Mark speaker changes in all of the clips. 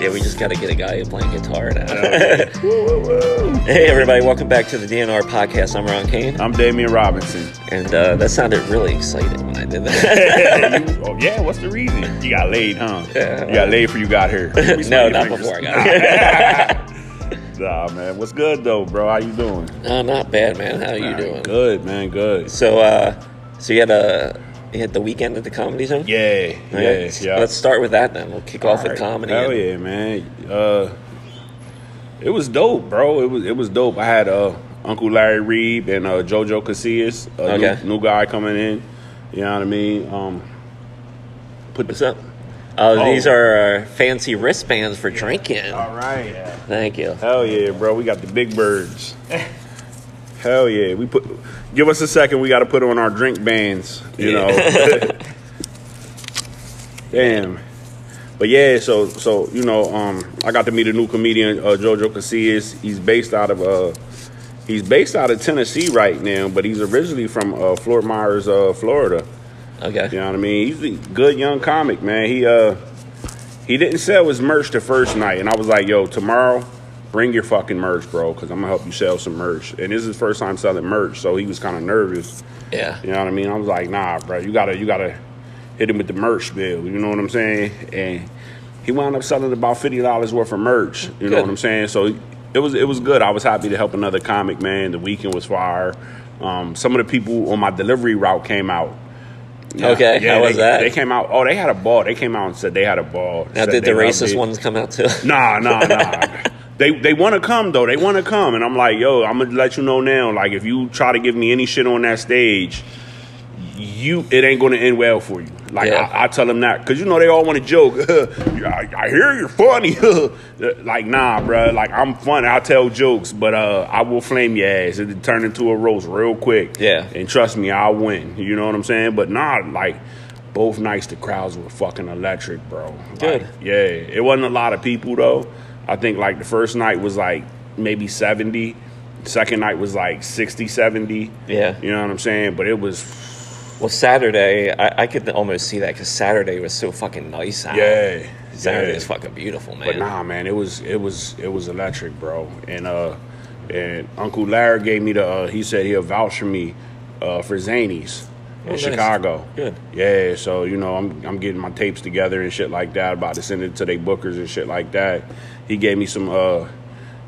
Speaker 1: Yeah, we just got to get a guy playing guitar now. hey, everybody, welcome back to the DNR podcast. I'm Ron Kane,
Speaker 2: I'm Damian Robinson.
Speaker 1: and uh, that sounded really excited when I did that.
Speaker 2: oh, yeah, what's the reason? You got laid, huh?
Speaker 1: Yeah.
Speaker 2: You got laid before you got here.
Speaker 1: no, not before I got it.
Speaker 2: Nah, man. What's good though, bro? How you doing?
Speaker 1: no, not bad, man. How you
Speaker 2: Nah,
Speaker 1: doing?
Speaker 2: Good, man. Good.
Speaker 1: So, uh, so you had a you had the weekend at the Comedy Zone.
Speaker 2: Yeah, yeah,
Speaker 1: All right,
Speaker 2: yeah.
Speaker 1: Let's start with that then. We'll kick off with
Speaker 2: Right.
Speaker 1: comedy.
Speaker 2: Hell
Speaker 1: and-
Speaker 2: yeah, man. Uh, it was dope, bro. It was it was dope. I had uh, Uncle Larry Reed and uh, JoJo Casillas, a
Speaker 1: Okay.
Speaker 2: new, new guy coming in. You know what I mean? Um, put
Speaker 1: What's up? Uh,
Speaker 2: Oh. Uh,
Speaker 1: These are uh, fancy wristbands for drinking.
Speaker 2: All right. Yeah.
Speaker 1: Thank you.
Speaker 2: Hell yeah, bro. We got the big birds. Hell yeah. We put give us a second, we gotta put on our drink bands, you
Speaker 1: Yeah.
Speaker 2: know. Damn. But yeah, so so you know, um I got to meet a new comedian, uh Jojo Casillas. He's based out of uh he's based out of Tennessee right now, but he's originally from uh Fort Myers, uh Florida.
Speaker 1: Okay.
Speaker 2: You know what I mean? He's a good young comic, man. He uh he didn't sell his merch the first night, and I was like, yo, tomorrow, bring your fucking merch, bro, because I'm gonna help you sell some merch. And this is his first time selling merch, so he was kind of nervous.
Speaker 1: Yeah.
Speaker 2: You know what I mean? I was like, nah, bro, you gotta you gotta hit him with the merch bill. You know what I'm saying? And he wound up selling about fifty dollars worth of merch. You know
Speaker 1: Good.
Speaker 2: what I'm saying? So it was it was good. I was happy to help another comic, man. The weekend was fire. Um, some of the people on my delivery route came out.
Speaker 1: Okay, how
Speaker 2: they,
Speaker 1: was that?
Speaker 2: They came out. Oh, they had a ball. They came out and said they had a ball.
Speaker 1: Now,
Speaker 2: Said
Speaker 1: did the
Speaker 2: they loved
Speaker 1: racist
Speaker 2: it.
Speaker 1: ones come out too?
Speaker 2: Nah, nah, nah. they they want to come though. They want to come, and I'm like, yo, I'm gonna let you know now. Like, if you try to give me any shit on that stage, you it ain't gonna end well for you. Like,
Speaker 1: Yeah.
Speaker 2: I, I tell them that because you know they all want to joke. I, I hear you're funny. like, nah, bro. Like, I'm funny. I tell jokes, but uh, I will flame your ass. It turn into a roast real quick.
Speaker 1: Yeah.
Speaker 2: and trust me, I'll win. You know what I'm saying? But nah, like. Both nights the crowds were fucking electric, bro.
Speaker 1: Good.
Speaker 2: Like, yeah, it wasn't a lot of people though. I think like the first night was like maybe 70. Second night was like 60, 70.
Speaker 1: Yeah.
Speaker 2: You know what I'm saying? But it was,
Speaker 1: Well, Saturday, I, I could almost see that because Saturday was so fucking nice out.
Speaker 2: yeah.
Speaker 1: Ah, Saturday
Speaker 2: yeah.
Speaker 1: is fucking beautiful, man.
Speaker 2: But nah, man, it was, it was, it was electric, bro. And, uh, and Uncle Larry gave me the, uh, he said he'll vouch for me, uh, for Zanies. In
Speaker 1: Oh, nice.
Speaker 2: Chicago,
Speaker 1: Good.
Speaker 2: yeah. So you know, I'm I'm getting my tapes together and shit like that. About to send it to their bookers and shit like that. He gave me some. uh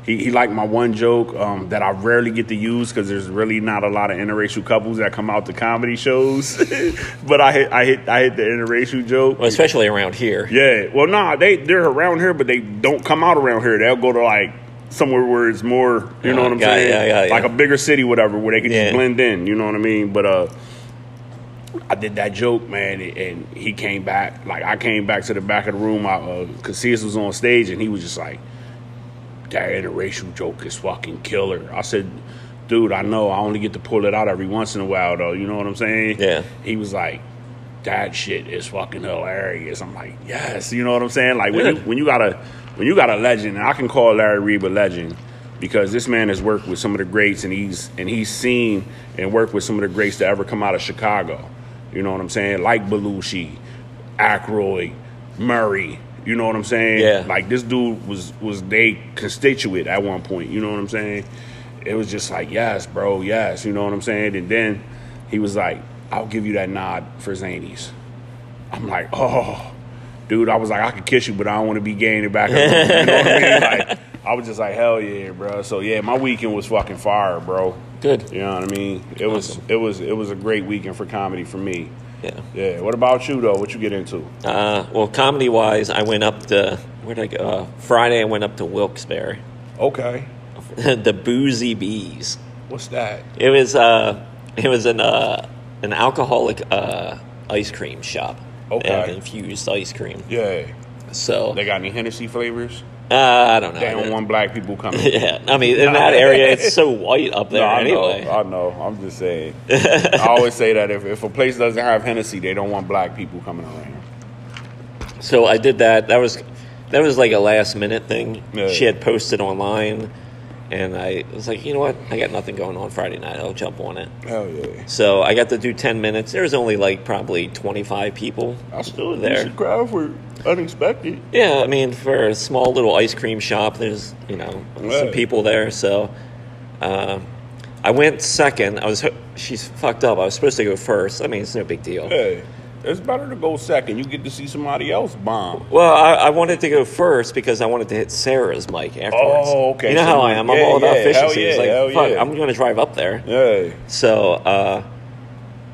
Speaker 2: He, he liked my one joke um, that I rarely get to use because there's really not a lot of interracial couples that come out to comedy shows. but I hit I hit I hit the interracial joke.
Speaker 1: well, especially around here.
Speaker 2: Yeah. Well, nah, they they're around here, but they don't come out around here. They'll go to like somewhere where it's more, you know what I'm
Speaker 1: Yeah,
Speaker 2: saying,
Speaker 1: yeah, yeah,
Speaker 2: like
Speaker 1: yeah.
Speaker 2: a bigger city, whatever, where they can
Speaker 1: Yeah.
Speaker 2: just blend in. You know what I mean? But uh, I did that joke, man, and he came back. Like I came back to the back of the room. I, uh, Casillas was on stage, and he was just like, "That interracial joke is fucking killer." I said. Dude, I know I only get to pull it out every once in a while, though. You know what I'm saying?
Speaker 1: Yeah.
Speaker 2: He was like, that shit is fucking hilarious. I'm like, yes, you know what I'm saying? Like when you when you got a when you got a legend, and I can call Larry Reed a legend because this man has worked with some of the greats and he's and he's seen and worked with some of the greats to ever come out of Chicago. You know what I'm saying? Like Belushi, Aykroyd, Murray. You know what I'm saying?
Speaker 1: Yeah.
Speaker 2: Like this dude was was they constituent at one point. You know what I'm saying? It was just like yes, bro, yes. You know what I'm saying? And then he was like, "I'll give you that nod for Zanies." I'm like, oh, dude. I was like, I could kiss you, but I don't want to be gay in the back. Of the room. You know what I mean? Like, I was just like, hell yeah, bro. So yeah, my weekend was fucking fire, bro.
Speaker 1: Good.
Speaker 2: You know what I mean? It was it was it was a great weekend for comedy for me.
Speaker 1: Yeah.
Speaker 2: Yeah. What about you though? What you get into?
Speaker 1: Uh, well, comedy wise, I went up to where did I go? Uh, Friday, I went up to Wilkes-Barre,
Speaker 2: Okay.
Speaker 1: the Boozy Bees.
Speaker 2: What's that?
Speaker 1: It was uh, it was an uh, an alcoholic uh, ice cream shop.
Speaker 2: Okay.
Speaker 1: They have infused ice cream.
Speaker 2: Yeah.
Speaker 1: So
Speaker 2: They got any Hennessy flavors?
Speaker 1: uh, I don't know.
Speaker 2: They don't want black people coming.
Speaker 1: yeah, I mean, in that area, it's so white up there
Speaker 2: No, I
Speaker 1: anyway.
Speaker 2: know. I know. I'm just saying. I always say that if, if a place doesn't have Hennessy, they don't want black people coming around.
Speaker 1: So I did that. That was that was like a last minute thing.
Speaker 2: Yeah.
Speaker 1: She had posted online, And I was like, you know what? I got nothing going on Friday night. I'll jump on it.
Speaker 2: Hell yeah.
Speaker 1: So I got to do 10 minutes. There was only like probably 25 people.
Speaker 2: I still
Speaker 1: There.
Speaker 2: there. crowd for unexpected.
Speaker 1: Yeah, I mean, for a small little ice cream shop, there's you know some
Speaker 2: Right.
Speaker 1: people there. So, uh, I went second. I was ho- she's fucked up. I was supposed to go first. I mean, it's no big deal.
Speaker 2: Hey, it's better to go second. You get to see somebody else bomb.
Speaker 1: Well, I, I wanted to go first because I wanted to hit Sarah's mic afterwards.
Speaker 2: Oh, okay.
Speaker 1: You know
Speaker 2: So
Speaker 1: how
Speaker 2: you-
Speaker 1: I am. I'm
Speaker 2: yeah,
Speaker 1: all about
Speaker 2: yeah, hell
Speaker 1: efficiency. it's
Speaker 2: yeah,
Speaker 1: like,
Speaker 2: hell
Speaker 1: fuck,
Speaker 2: yeah.
Speaker 1: I'm going to drive up there.
Speaker 2: Hey.
Speaker 1: So, uh,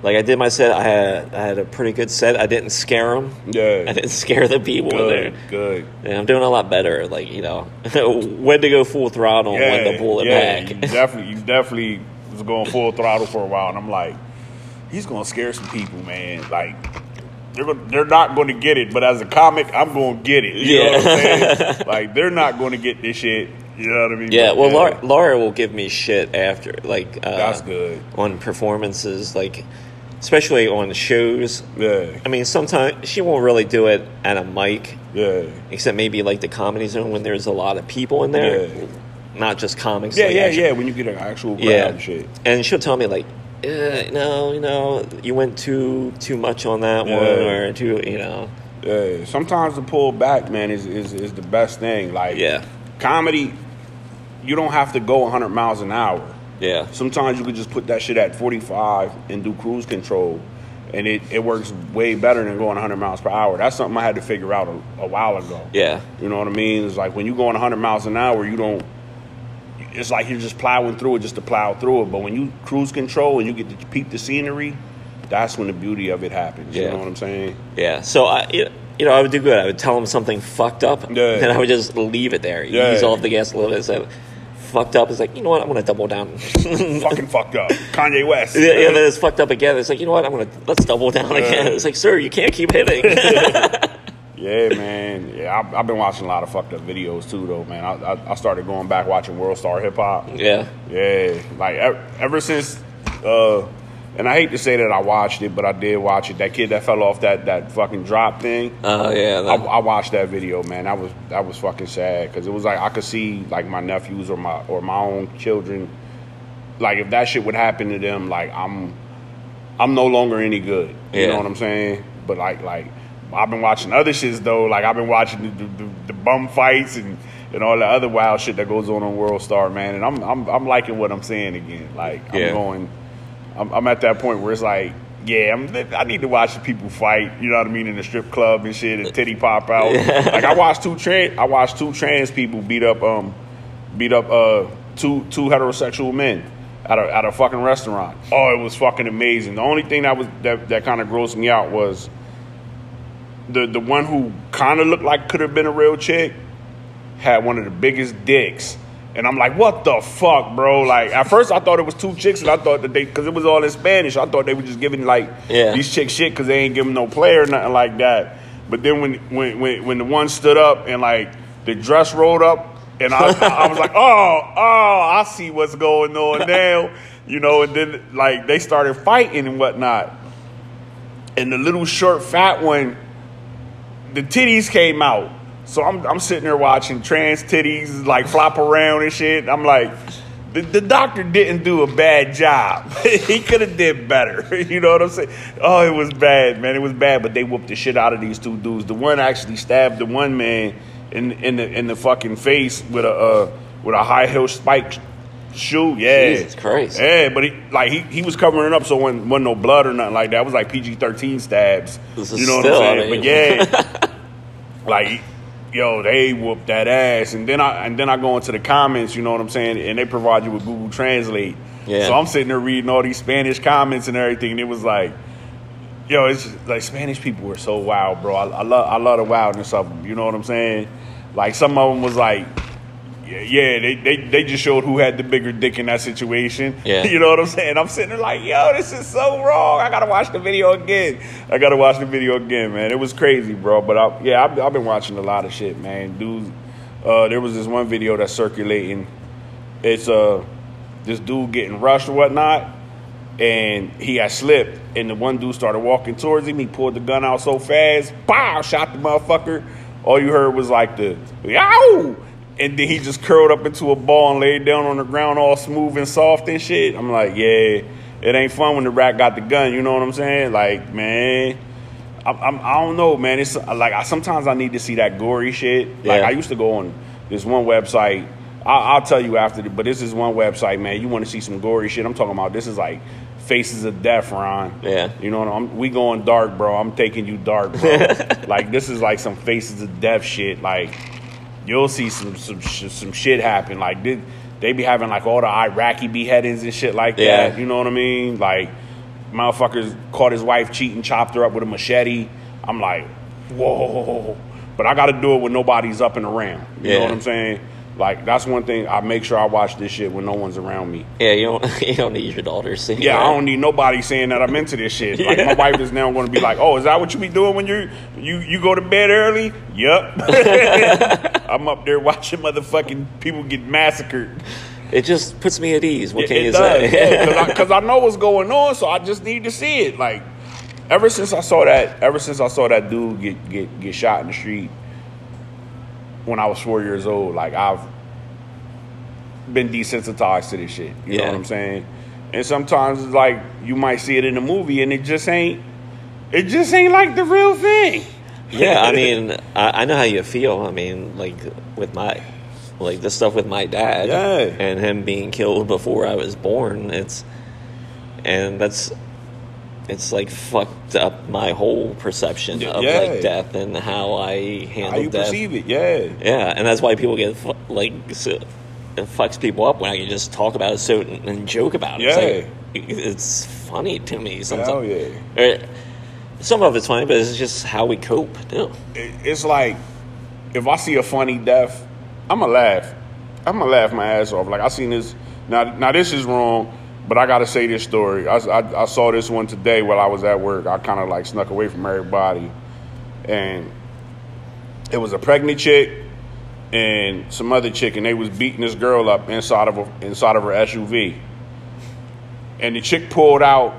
Speaker 1: like I did my set. I had I had a pretty good set. I didn't scare them. I
Speaker 2: Yeah.
Speaker 1: didn't scare the people there.
Speaker 2: Good. Good.
Speaker 1: Yeah, I'm doing a lot better. Like you know, when to go full throttle, and when to pull it
Speaker 2: You
Speaker 1: back.
Speaker 2: definitely, you definitely was going full throttle for a while, and I'm like, he's gonna scare some people, man. Like they're gonna, they're not gonna get it, but as a comic, I'm gonna get it. You know what I'm
Speaker 1: Yeah.
Speaker 2: saying? like they're not gonna get this shit. You know what I mean?
Speaker 1: yeah.
Speaker 2: But,
Speaker 1: Well, Laura, Laura will give me shit after, like uh,
Speaker 2: that's good.
Speaker 1: on performances, like especially on shows.
Speaker 2: Yeah,
Speaker 1: I mean, sometimes she won't really do it at a mic,
Speaker 2: yeah,
Speaker 1: except maybe like the comedy zone when there's a lot of people in there,
Speaker 2: Yeah.
Speaker 1: not just comics.
Speaker 2: yeah,
Speaker 1: like,
Speaker 2: yeah,
Speaker 1: actual-
Speaker 2: yeah. When you get an actual crowd
Speaker 1: yeah.
Speaker 2: and shit.
Speaker 1: And she'll tell me like, eh, no, you know, you went too too much on that
Speaker 2: Yeah.
Speaker 1: one, or too, you know,
Speaker 2: Yeah, sometimes the pull back, man, is, is is the best thing. Like,
Speaker 1: Yeah.
Speaker 2: comedy, you don't have to go 100 miles an hour.
Speaker 1: yeah.
Speaker 2: Sometimes you could just put that shit at 45 and do cruise control, and it, it works way better than going 100 miles per hour. That's something I had to figure out a, a while ago.
Speaker 1: Yeah.
Speaker 2: You know what I mean? It's like when you're going 100 miles an hour, you don't. It's like you're just plowing through it, just to plow through it. But when you cruise control and you get to peep the scenery, that's when the beauty of it happens. You
Speaker 1: Yeah.
Speaker 2: know what I'm saying?
Speaker 1: Yeah. So I, it, you know, I would do good. I would tell him something fucked up,
Speaker 2: Yeah.
Speaker 1: and I would just leave it there.
Speaker 2: Yeah.
Speaker 1: Ease off the gas a little bit. So fucked up. It's like you know what? I'm gonna double down. yeah,
Speaker 2: fucking fucked up. Kanye West.
Speaker 1: yeah, then it's fucked up again. It's like you know what? I'm gonna let's double down again. It's like, sir, you can't keep hitting.
Speaker 2: Yeah, man. Yeah, I, I've been watching a lot of fucked up videos too, though, man. I, I, I started going back watching World Star Hip Hop.
Speaker 1: yeah.
Speaker 2: Yeah, like ever, ever since, uh, and I hate to say that I watched it, but I did watch it. That kid that fell off that that fucking drop thing.
Speaker 1: Oh yeah.
Speaker 2: I,
Speaker 1: that-
Speaker 2: I watched that video, man. I was that was fucking sad because it was like I could see like my nephews or my or my own children, like if that shit would happen to them, like I'm, I'm no longer any good. You
Speaker 1: Yeah.
Speaker 2: know what I'm saying? But like like I've been watching other shits though. Like I've been watching the, the, the, the bum fights and and all the other wild shit that goes on on World Star, man. And I'm I'm I'm liking what I'm seeing again. Like I'm
Speaker 1: Yeah.
Speaker 2: going, I'm, I'm at that point where it's like. Yeah, I'm, I need to watch the people fight. You know what I mean in the strip club and shit, and titty pop out. like I watched two trans, I watched two trans people beat up, um, beat up uh two two heterosexual men at a at a fucking restaurant. Oh, it was fucking amazing. The only thing that was that, that kind of grossed me out was the the one who kind of looked like could have been a real chick had one of the biggest dicks. And I'm like, what the fuck, bro? Like, at first I thought it was two chicks, and I thought that they, because it was all in Spanish, I thought they were just giving like
Speaker 1: Yeah.
Speaker 2: these chicks shit because they ain't giving no play or nothing like that. But then when when when, when the one stood up and like the dress rolled up, and I, I was like, oh oh, I see what's going on now, you know. And then like they started fighting and whatnot, and the little short fat one the titties came out. So I'm, I'm sitting there watching trans titties like flop around and shit. I'm like, the, the doctor didn't do a bad job. he could have did better. you know what I'm saying? Oh, it was bad, man. It was bad. But they whooped the shit out of these two dudes. The one actually stabbed the one man in in the in the fucking face with a uh, with a high heel spike shoe. Yeah,
Speaker 1: Jesus Christ.
Speaker 2: Yeah, but he, like he, he was covering it up so when wasn't no blood or nothing like that. It was like PG thirteen stabs.
Speaker 1: This is
Speaker 2: you know
Speaker 1: still,
Speaker 2: what I'm
Speaker 1: I
Speaker 2: saying?
Speaker 1: mean-
Speaker 2: but yeah like yo they whooped that ass and then i and then i go into the comments you know what i'm saying and they provide you with google translate
Speaker 1: Yeah.
Speaker 2: so i'm sitting there reading all these spanish comments and everything and it was like yo it's just, like spanish people were so wild bro i, I love i love the wildness of them you know what i'm saying like some of them was like yeah, yeah they, they they just showed who had the bigger dick in that situation.
Speaker 1: Yeah.
Speaker 2: You know what I'm saying? I'm sitting there like, yo, this is so wrong. I gotta watch the video again. I gotta watch the video again, man. It was crazy, bro. But I, yeah, I've, I've been watching a lot of shit, man. Dude, uh, there was this one video that's circulating. It's uh, this dude getting rushed or whatnot, and he got slipped. And the one dude started walking towards him. He pulled the gun out so fast, pow, shot the motherfucker. All you heard was like the yow, and then he just curled up into a ball and laid down on the ground all smooth and soft and shit. I'm like, yeah, it ain't fun when the rat got the gun. You know what I'm saying? Like, man, I'm, I'm, I don't know, man. It's like I sometimes I need to see that gory shit. Like
Speaker 1: Yeah.
Speaker 2: I used to go on this one website. I, I'll tell you after, the, but this is one website, man. You want to see some gory shit? I'm talking about. This is like faces of death, Ron.
Speaker 1: Yeah.
Speaker 2: You know what I'm? We going dark, bro. I'm taking you dark, bro. like this is like some faces of death shit. Like you'll see some some sh- some shit happen. Like did they be having like all the Iraqi beheadings and shit like
Speaker 1: Yeah.
Speaker 2: that? You know what I mean? Like motherfuckers caught his wife cheating, chopped her up with a machete. I'm like, whoa. But I got to do it when nobody's up and around. You know
Speaker 1: Yeah.
Speaker 2: what I'm saying? Like that's one thing I make sure I watch this shit when no one's around me.
Speaker 1: Yeah, you don't you don't need your daughter seeing.
Speaker 2: Yeah,
Speaker 1: that.
Speaker 2: I don't need nobody saying that I'm into this shit. Like my wife is now going to be like, "Oh, is that what you be doing when you you you go to bed early?" Yep. I'm up there watching motherfucking people get massacred.
Speaker 1: It just puts me at ease. What can
Speaker 2: it
Speaker 1: you
Speaker 2: does,
Speaker 1: say?
Speaker 2: because I, know what's going on, so I just need to see it. Like, ever since I saw that, ever since I saw that dude get get get shot in the street when I was four years old, like I've been desensitized to this shit. You know
Speaker 1: Yeah.
Speaker 2: what I'm saying? And sometimes it's like you might see it in a movie, and it just ain't, it just ain't like the real thing.
Speaker 1: yeah, I mean, I, I know how you feel. I mean, like with my, like the stuff with my dad
Speaker 2: Yeah.
Speaker 1: and him being killed before I was born. It's, and that's, it's like fucked up my whole perception of
Speaker 2: yeah.
Speaker 1: like death and how I handle
Speaker 2: How you
Speaker 1: death.
Speaker 2: perceive it? Yeah.
Speaker 1: Yeah, and that's why people get fu- like so, it fucks people up when I can just talk about it so and, and joke about it. It's, like, it's funny to me
Speaker 2: Hell
Speaker 1: sometimes.
Speaker 2: Oh, yeah.
Speaker 1: Or, some of it's funny, but it's just how we cope. Too.
Speaker 2: it- it's like if I see a funny death, I'ma laugh. I'ma laugh my ass off. Like I seen this. Now, now this is wrong, but I gotta say this story. I, I, I saw this one today while I was at work. I kind of like snuck away from everybody, and it was a pregnant chick and some other chick, and they was beating this girl up inside of a, inside of her SUV. And the chick pulled out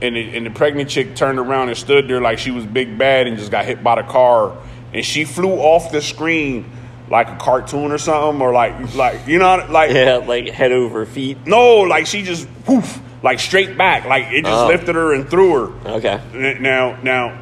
Speaker 2: and the, and the pregnant chick turned around and stood there like she was big bad and just got hit by the car and she flew off the screen like a cartoon or something or like like you know like
Speaker 1: Yeah, like head over feet.
Speaker 2: no like she just woof like straight back like it just
Speaker 1: Oh.
Speaker 2: lifted her and threw her
Speaker 1: Okay.
Speaker 2: N- now now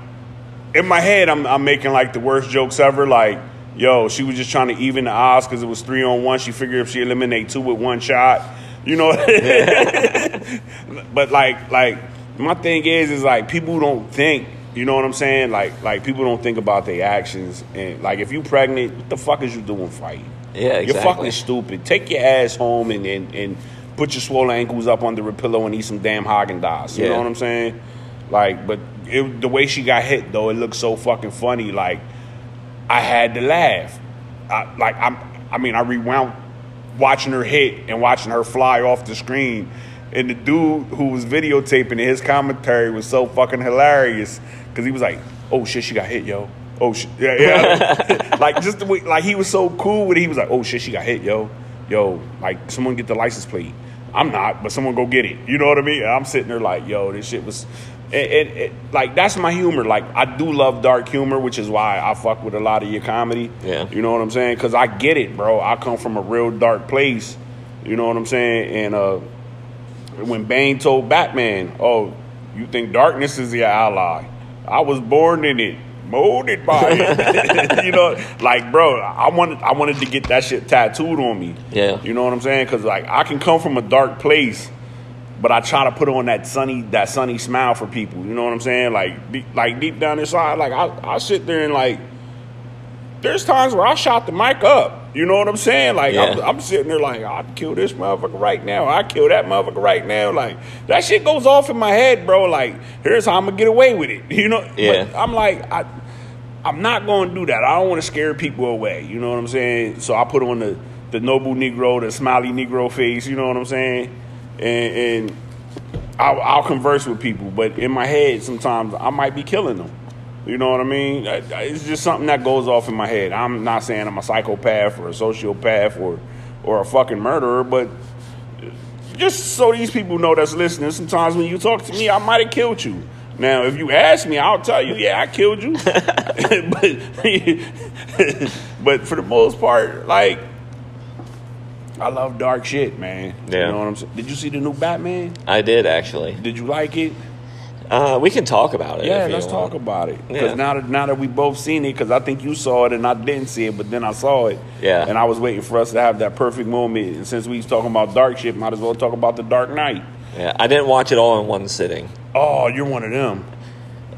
Speaker 2: in my head I'm, I'm making like the worst jokes ever like yo she was just trying to even the odds because it was three on one she figured if she eliminate two with one shot you know but like like my thing is is like people don't think you know what i'm saying like like people don't think about their actions and like if you pregnant what the fuck is you doing fighting
Speaker 1: Yeah,
Speaker 2: you're fucking
Speaker 1: exactly.
Speaker 2: stupid take your ass home and and, and put your swollen ankles up under a pillow and eat some damn Haagen Dazs. You know
Speaker 1: Yeah.
Speaker 2: what I'm saying? Like, but it, the way she got hit though, it looked so fucking funny. Like, I had to laugh. I, like I'm, I mean, I rewound watching her hit and watching her fly off the screen. And the dude who was videotaping it, his commentary was so fucking hilarious because he was like, "Oh shit, she got hit, yo." Oh shit, yeah, yeah. like just the way, like he was so cool with it. He was like, "Oh shit, she got hit, yo, yo." Like someone get the license plate. I'm not, but someone go get it. You know what I mean? And I'm sitting there like, yo, this shit was, it, it, it, like that's my humor. Like I do love dark humor, which is why I fuck with a lot of your comedy.
Speaker 1: Yeah.
Speaker 2: you know what I'm saying? Because I get it, bro. I come from a real dark place. You know what I'm saying? And uh, when Bane told Batman, "Oh, you think darkness is your ally? I was born in it, molded by it." you know, like bro, I wanted I wanted to get that shit tattooed on me.
Speaker 1: Yeah.
Speaker 2: you know what I'm saying? Because like I can come from a dark place, but I try to put on that sunny that sunny smile for people. You know what I'm saying? Like deep, like deep down inside, like I I sit there and like there's times where I shot the mic up. You know what I'm saying? Like I'm,
Speaker 1: Yeah.
Speaker 2: I'm sitting there like I'd kill this motherfucker right now. I kill that motherfucker right now. Like that shit goes off in my head, bro. Like here's how I'm gonna get away with it. You know?
Speaker 1: Yeah.
Speaker 2: But I'm like I, I'm not gonna do that. I don't want to scare people away. You know what I'm saying? So I put on the the noble Negro, the smiley Negro face. You know what I'm saying? And and I'll, I'll converse with people, but in my head, sometimes I might be killing them. You know what I mean? I- I- It's just something that goes off in my head. I'm not saying I'm a psychopath or a sociopath or or a fucking murderer, but just so these people know that's listening, sometimes when you talk to me, I might have killed you. Now, if you ask me, I'll tell you, yeah, I killed you. but but for the most part, like I love dark shit, man.
Speaker 1: Yeah.
Speaker 2: You know what I'm saying? Did you see the new Batman?
Speaker 1: I did actually.
Speaker 2: Did you like it?
Speaker 1: Uh, we can talk about it.
Speaker 2: Yeah,
Speaker 1: if you
Speaker 2: let's
Speaker 1: want.
Speaker 2: talk about it. Because
Speaker 1: Yeah.
Speaker 2: now, that, now that we both seen it, because I think you saw it and I didn't see it, but then I saw it.
Speaker 1: Yeah.
Speaker 2: And I was waiting for us to have that perfect moment. And since we was talking about dark shit, might as well talk about the Dark Knight.
Speaker 1: Yeah, I didn't watch it all in one sitting.
Speaker 2: Oh, you're one of them.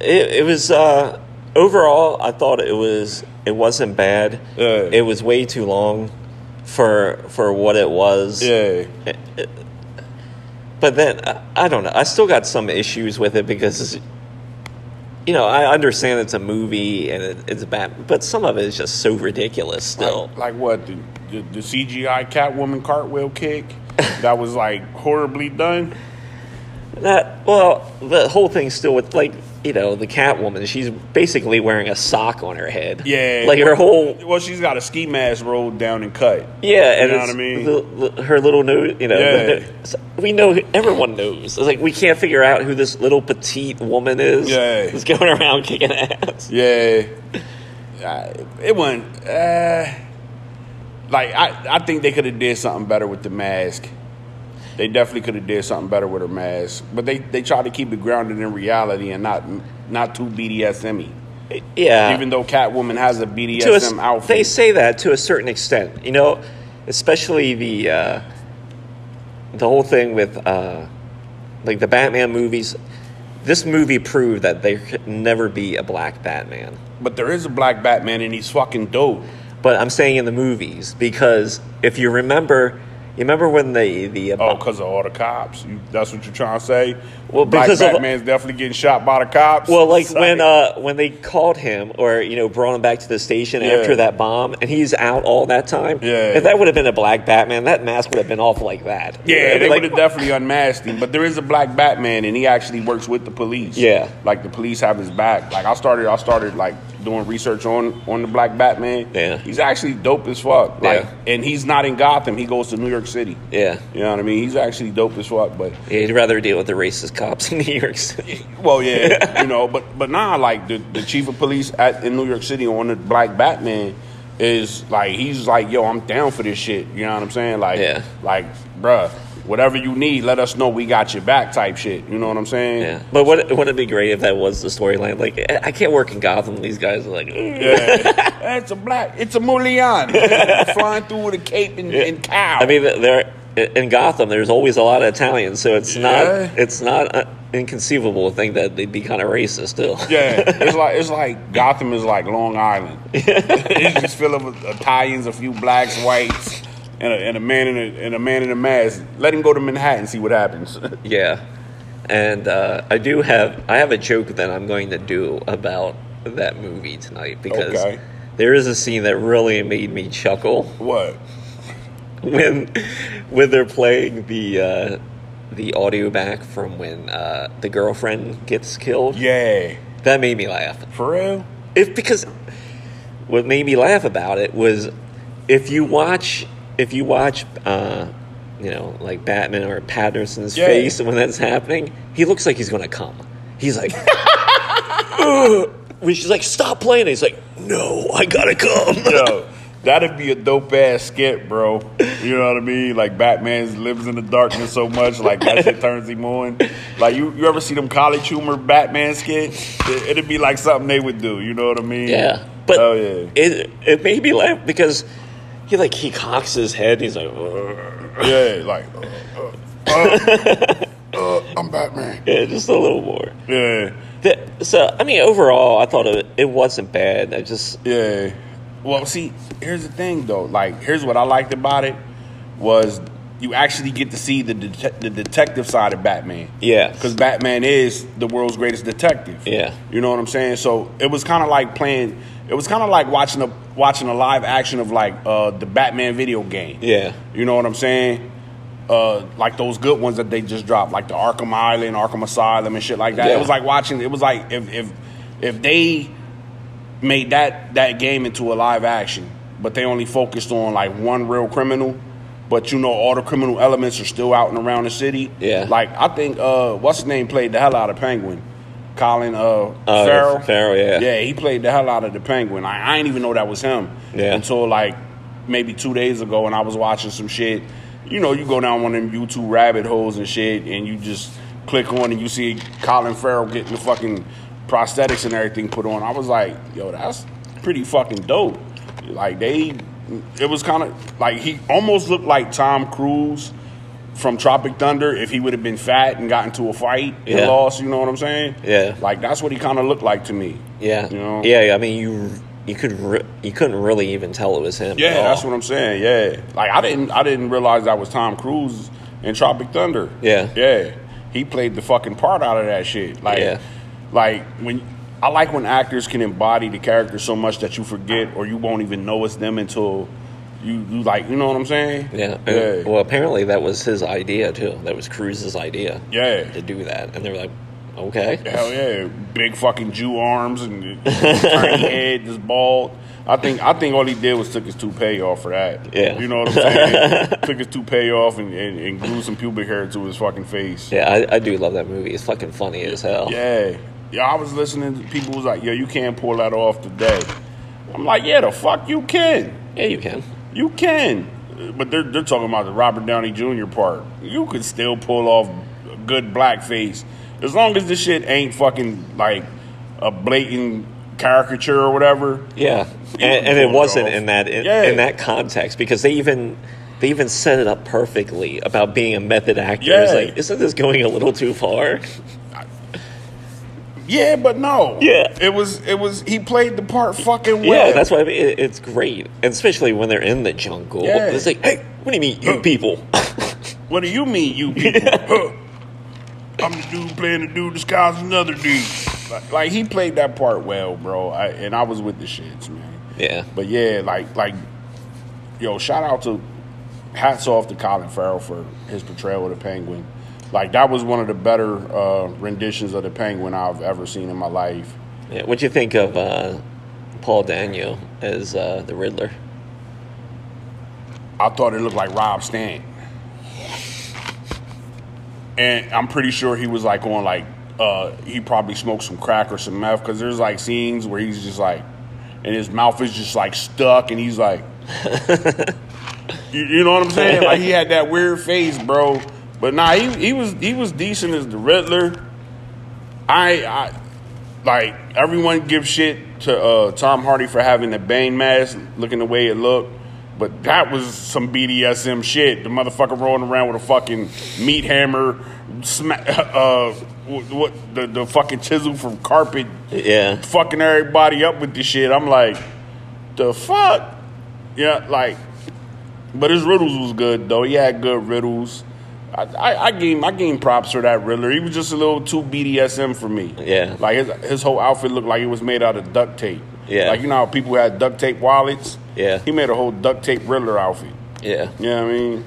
Speaker 1: It, it was uh, overall, I thought it was it wasn't bad.
Speaker 2: Yeah.
Speaker 1: It was way too long for for what it was.
Speaker 2: Yeah.
Speaker 1: But then I, I don't know. I still got some issues with it because you know I understand it's a movie and it, it's bad, but some of it is just so ridiculous. Still,
Speaker 2: Like, like what? The, the, the CGI Catwoman cartwheel kick that was like horribly done?
Speaker 1: that well, the whole thing's still with like. You know the Catwoman. She's basically wearing a sock on her head.
Speaker 2: Yeah.
Speaker 1: like her whole
Speaker 2: Well, she's got a ski mask rolled down and cut.
Speaker 1: Yeah, and
Speaker 2: know
Speaker 1: it's
Speaker 2: what I mean?
Speaker 1: the- the- her little nose, you know.
Speaker 2: Yeah.
Speaker 1: the- the- we know everyone knows. It's like we can't figure out who this little petite woman is.
Speaker 2: Yeah.
Speaker 1: who's going around kicking ass.
Speaker 2: Yeah, I, it wasn't. Uh, like I, I think they could have did something better with the mask. They definitely could have did something better with her mask, but they they tried to keep it grounded in reality and not not too BDSM.
Speaker 1: Yeah,
Speaker 2: Even though Catwoman has a BDSM
Speaker 1: Uh, to a s-
Speaker 2: outfit,
Speaker 1: they say that to a certain extent, you know, especially the uh, the whole thing with uh, like the Batman movies. This movie proved that there could never be a black Batman.
Speaker 2: but there is a black Batman and he's fucking dope.
Speaker 1: But I'm saying in the movies because if you remember, you remember when the the uh,
Speaker 2: Oh, because of all the cops. You, that's what you're trying to say.
Speaker 1: Well,
Speaker 2: black
Speaker 1: because of-
Speaker 2: Batman's definitely getting shot by the cops.
Speaker 1: Well, like
Speaker 2: Sorry.
Speaker 1: when uh, when they called him or you know brought him back to the station
Speaker 2: Yeah.
Speaker 1: after that bomb, and he's out all that time.
Speaker 2: Yeah.
Speaker 1: if that would have been a black Batman, that mask would have been off like that.
Speaker 2: Yeah, they
Speaker 1: like,
Speaker 2: would have definitely unmasked him. But there is a black Batman, and he actually works with the police.
Speaker 1: Yeah.
Speaker 2: like the police have his back. Like I started, I started like doing research on on the black Batman.
Speaker 1: Yeah.
Speaker 2: he's actually dope as fuck. Like,
Speaker 1: Yeah.
Speaker 2: and he's not in Gotham. He goes to New York City.
Speaker 1: yeah.
Speaker 2: You know what I mean? He's actually dope as fuck. But
Speaker 1: He'd rather deal with the racist cops in New York City.
Speaker 2: well, yeah, you know, but but now like the, the chief of police at in New York City on the Black Batman is like he's like, yo, I'm down for this shit. You know what I'm saying? Like,
Speaker 1: Yeah.
Speaker 2: like, bruh, whatever you need, let us know. We got your back, type shit. You know what I'm saying?
Speaker 1: Yeah, but would would it be great if that was the storyline? Like, I- I can't work in Gotham. These guys are like, "Ugh."
Speaker 2: Yeah. it's a black, it's a Mulian flying through with a cape and, and cow.
Speaker 1: I mean, there in Gotham, there's always a lot of Italians, so it's
Speaker 2: Yeah.
Speaker 1: not it's not uh, inconceivable to think that they'd be kind of racist still.
Speaker 2: Yeah, it's like it's like Gotham is like Long Island. it's just filled with Italians, a few blacks, whites, and a, and a man in a and a man in a mask. Let him go to Manhattan, see what happens.
Speaker 1: Yeah, and uh, I do have I have a joke that I'm going to do about that movie tonight because
Speaker 2: Okay.
Speaker 1: there is a scene that really made me chuckle
Speaker 2: what?
Speaker 1: when when they're playing the uh, the audio back from when uh, the girlfriend gets killed.
Speaker 2: Yeah,
Speaker 1: That made me laugh.
Speaker 2: for real?
Speaker 1: If because what made me laugh about it was if you watch if you watch uh, you know like Batman or Patterson's
Speaker 2: Yeah.
Speaker 1: face when that's happening, he looks like he's gonna come. He's like. When she's like, stop playing. And he's like, no, I gotta come.
Speaker 2: Yo, that'd be a dope ass skit, bro. You know what I mean? Like Batman lives in the darkness so much, like that shit turns him on. Like you, you ever see them college humor Batman skits? It, it'd be like something they would do. You know what I mean?
Speaker 1: Yeah, but
Speaker 2: oh yeah.
Speaker 1: it it made me laugh because he like he cocks his head. And he's like, "Urgh."
Speaker 2: Yeah, like uh, uh, uh, uh, I'm Batman.
Speaker 1: yeah, just a little more.
Speaker 2: Yeah,
Speaker 1: That- so I mean, overall, I thought it, it wasn't bad. I just
Speaker 2: yeah. Well, see, here's the thing though. Like, here's what I liked about it was you actually get to see the det- the detective side of Batman.
Speaker 1: yeah,
Speaker 2: Because Batman is the world's greatest detective.
Speaker 1: Yeah.
Speaker 2: you know what I'm saying. So it was kind of like playing. It was kind of like watching a watching a live action of like uh, the Batman video game.
Speaker 1: yeah,
Speaker 2: You know what I'm saying? Uh, like those good ones that they just dropped, like the Arkham Island, Arkham Asylum, and shit like that.
Speaker 1: Yeah.
Speaker 2: It was like watching. It was like if if if they made that that game into a live action, but they only focused on like one real criminal. But you know, all the criminal elements are still out and around the city.
Speaker 1: Yeah.
Speaker 2: Like I think uh, what's his name played the hell out of Penguin. Colin uh,
Speaker 1: Oh,
Speaker 2: Farrell.
Speaker 1: Farrell, yeah.
Speaker 2: Yeah, he played the hell out of the Penguin. I, I didn't even know that was him
Speaker 1: Yeah.
Speaker 2: until like maybe two days ago, and I was watching some shit. You know, you go down one of them YouTube rabbit holes and shit, and you just click on and you see Colin Farrell getting the fucking prosthetics and everything put on. I was like, yo, that's pretty fucking dope. Like they, it was kind of like he almost looked like Tom Cruise from Tropic Thunder if he would have been fat and got into a fight and
Speaker 1: Yeah.
Speaker 2: lost. You know what I'm saying?
Speaker 1: Yeah.
Speaker 2: Like that's what he kind of looked like to me.
Speaker 1: Yeah,
Speaker 2: You know?
Speaker 1: yeah. I mean, you you could re- you couldn't really even tell it was him.
Speaker 2: Yeah,
Speaker 1: at all.
Speaker 2: that's what I'm saying. Yeah, like I didn't, I didn't realize that was Tom Cruise in Tropic Thunder.
Speaker 1: Yeah.
Speaker 2: yeah, he played the fucking part out of that shit. Like,
Speaker 1: Yeah.
Speaker 2: like when I like when actors can embody the character so much that you forget or you won't even know it's them until you, you like, you know what I'm saying?
Speaker 1: Yeah. Uh,
Speaker 2: yeah,
Speaker 1: Well, apparently that was his idea too. That was Cruz's idea
Speaker 2: yeah.
Speaker 1: to do that, and they were like, okay.
Speaker 2: Hell yeah, big fucking Jew arms and tiny head, just bald. I think I think all he did was took his toupee off for that.
Speaker 1: Yeah.
Speaker 2: you know what I'm saying. took his toupee off and, and, and glued some pubic hair to his fucking face.
Speaker 1: Yeah, I, I do love that movie. It's fucking funny as hell.
Speaker 2: Yeah, yeah. I was listening. to People was like, "Yo, you can't pull that off today." I'm like, "Yeah, the fuck you can,
Speaker 1: Yeah, you can.
Speaker 2: you can." But they're they're talking about the Robert Downey Jr. part. You could still pull off a good blackface as long as this shit ain't fucking like a blatant caricature or whatever.
Speaker 1: Yeah, and,
Speaker 2: can
Speaker 1: and it
Speaker 2: pull it
Speaker 1: wasn't
Speaker 2: off.
Speaker 1: in that in,
Speaker 2: Yeah.
Speaker 1: in that context because they even they even set it up perfectly about being a method actor. It's
Speaker 2: Yeah.
Speaker 1: like, isn't this going a little too far?
Speaker 2: Yeah, but no.
Speaker 1: Yeah.
Speaker 2: it was it was he played the part fucking well.
Speaker 1: Yeah, that's why I mean, it, it's great, and especially when they're in the jungle.
Speaker 2: Yeah.
Speaker 1: It's like, hey, what do you mean, you people?
Speaker 2: What do you mean, you people? Huh. I'm the dude playing the dude disguised as another dude. Like, like, he played that part well, bro. I, and I was with the shits, man.
Speaker 1: yeah,
Speaker 2: But yeah, like like, yo, shout out to, hats off to Colin Farrell for his portrayal of the Penguin. Like that was one of the better uh, renditions of the Penguin I've ever seen in my life.
Speaker 1: yeah. What'd you think of uh, Paul Daniel as uh, the Riddler?
Speaker 2: I thought it looked like Rob Stan. And I'm pretty sure he was like on like uh he probably smoked some crack or some meth because there's like scenes where he's just like and his mouth is just like stuck and he's like you, you know what I'm saying? Like he had that weird face, bro. But nah, he, he was he was decent as the Riddler. I I like everyone gives shit to uh, Tom Hardy for having the Bane mask, looking the way it looked, but that was some BDSM shit. The motherfucker rolling around with a fucking meat hammer, sma- uh, what, what the the fucking chisel from carpet,
Speaker 1: Yeah,
Speaker 2: fucking everybody up with this shit. I'm like, the fuck, yeah, like. But his riddles was good though. He had good riddles. I, I, I gave him, I gave him props for that riddler. He was just a little too BDSM for me.
Speaker 1: Yeah.
Speaker 2: Like his his whole outfit looked like it was made out of duct tape.
Speaker 1: Yeah.
Speaker 2: Like you know how people had duct tape wallets.
Speaker 1: Yeah.
Speaker 2: He made a whole duct tape riddler outfit.
Speaker 1: yeah,
Speaker 2: You know what I mean?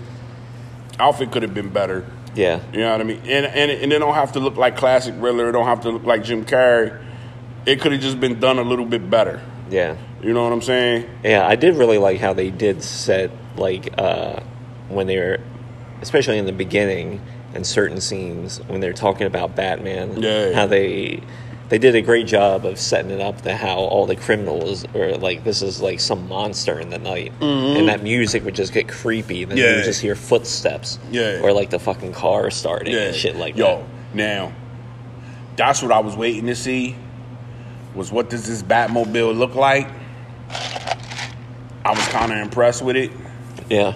Speaker 2: Outfit could have been better.
Speaker 1: yeah,
Speaker 2: You know what I mean? And and and it don't have to look like classic riddler. It don't have to look like Jim Carrey. It could have just been done a little bit better.
Speaker 1: yeah.
Speaker 2: You know what I'm saying?
Speaker 1: Yeah, I did really like how they did set like uh, when they were, especially in the beginning and certain scenes when they're talking about Batman.
Speaker 2: Yeah.
Speaker 1: How they they did a great job of setting it up to how all the criminals or like this is like some monster in the night, and that music would just get creepy, and then you
Speaker 2: Mm-hmm. Yeah.
Speaker 1: would just hear footsteps,
Speaker 2: Yeah.
Speaker 1: or like the fucking car starting and shit like
Speaker 2: Yo,
Speaker 1: that.
Speaker 2: now that's what I was waiting to see was what does this Batmobile look like? I was kind of impressed with it
Speaker 1: Yeah,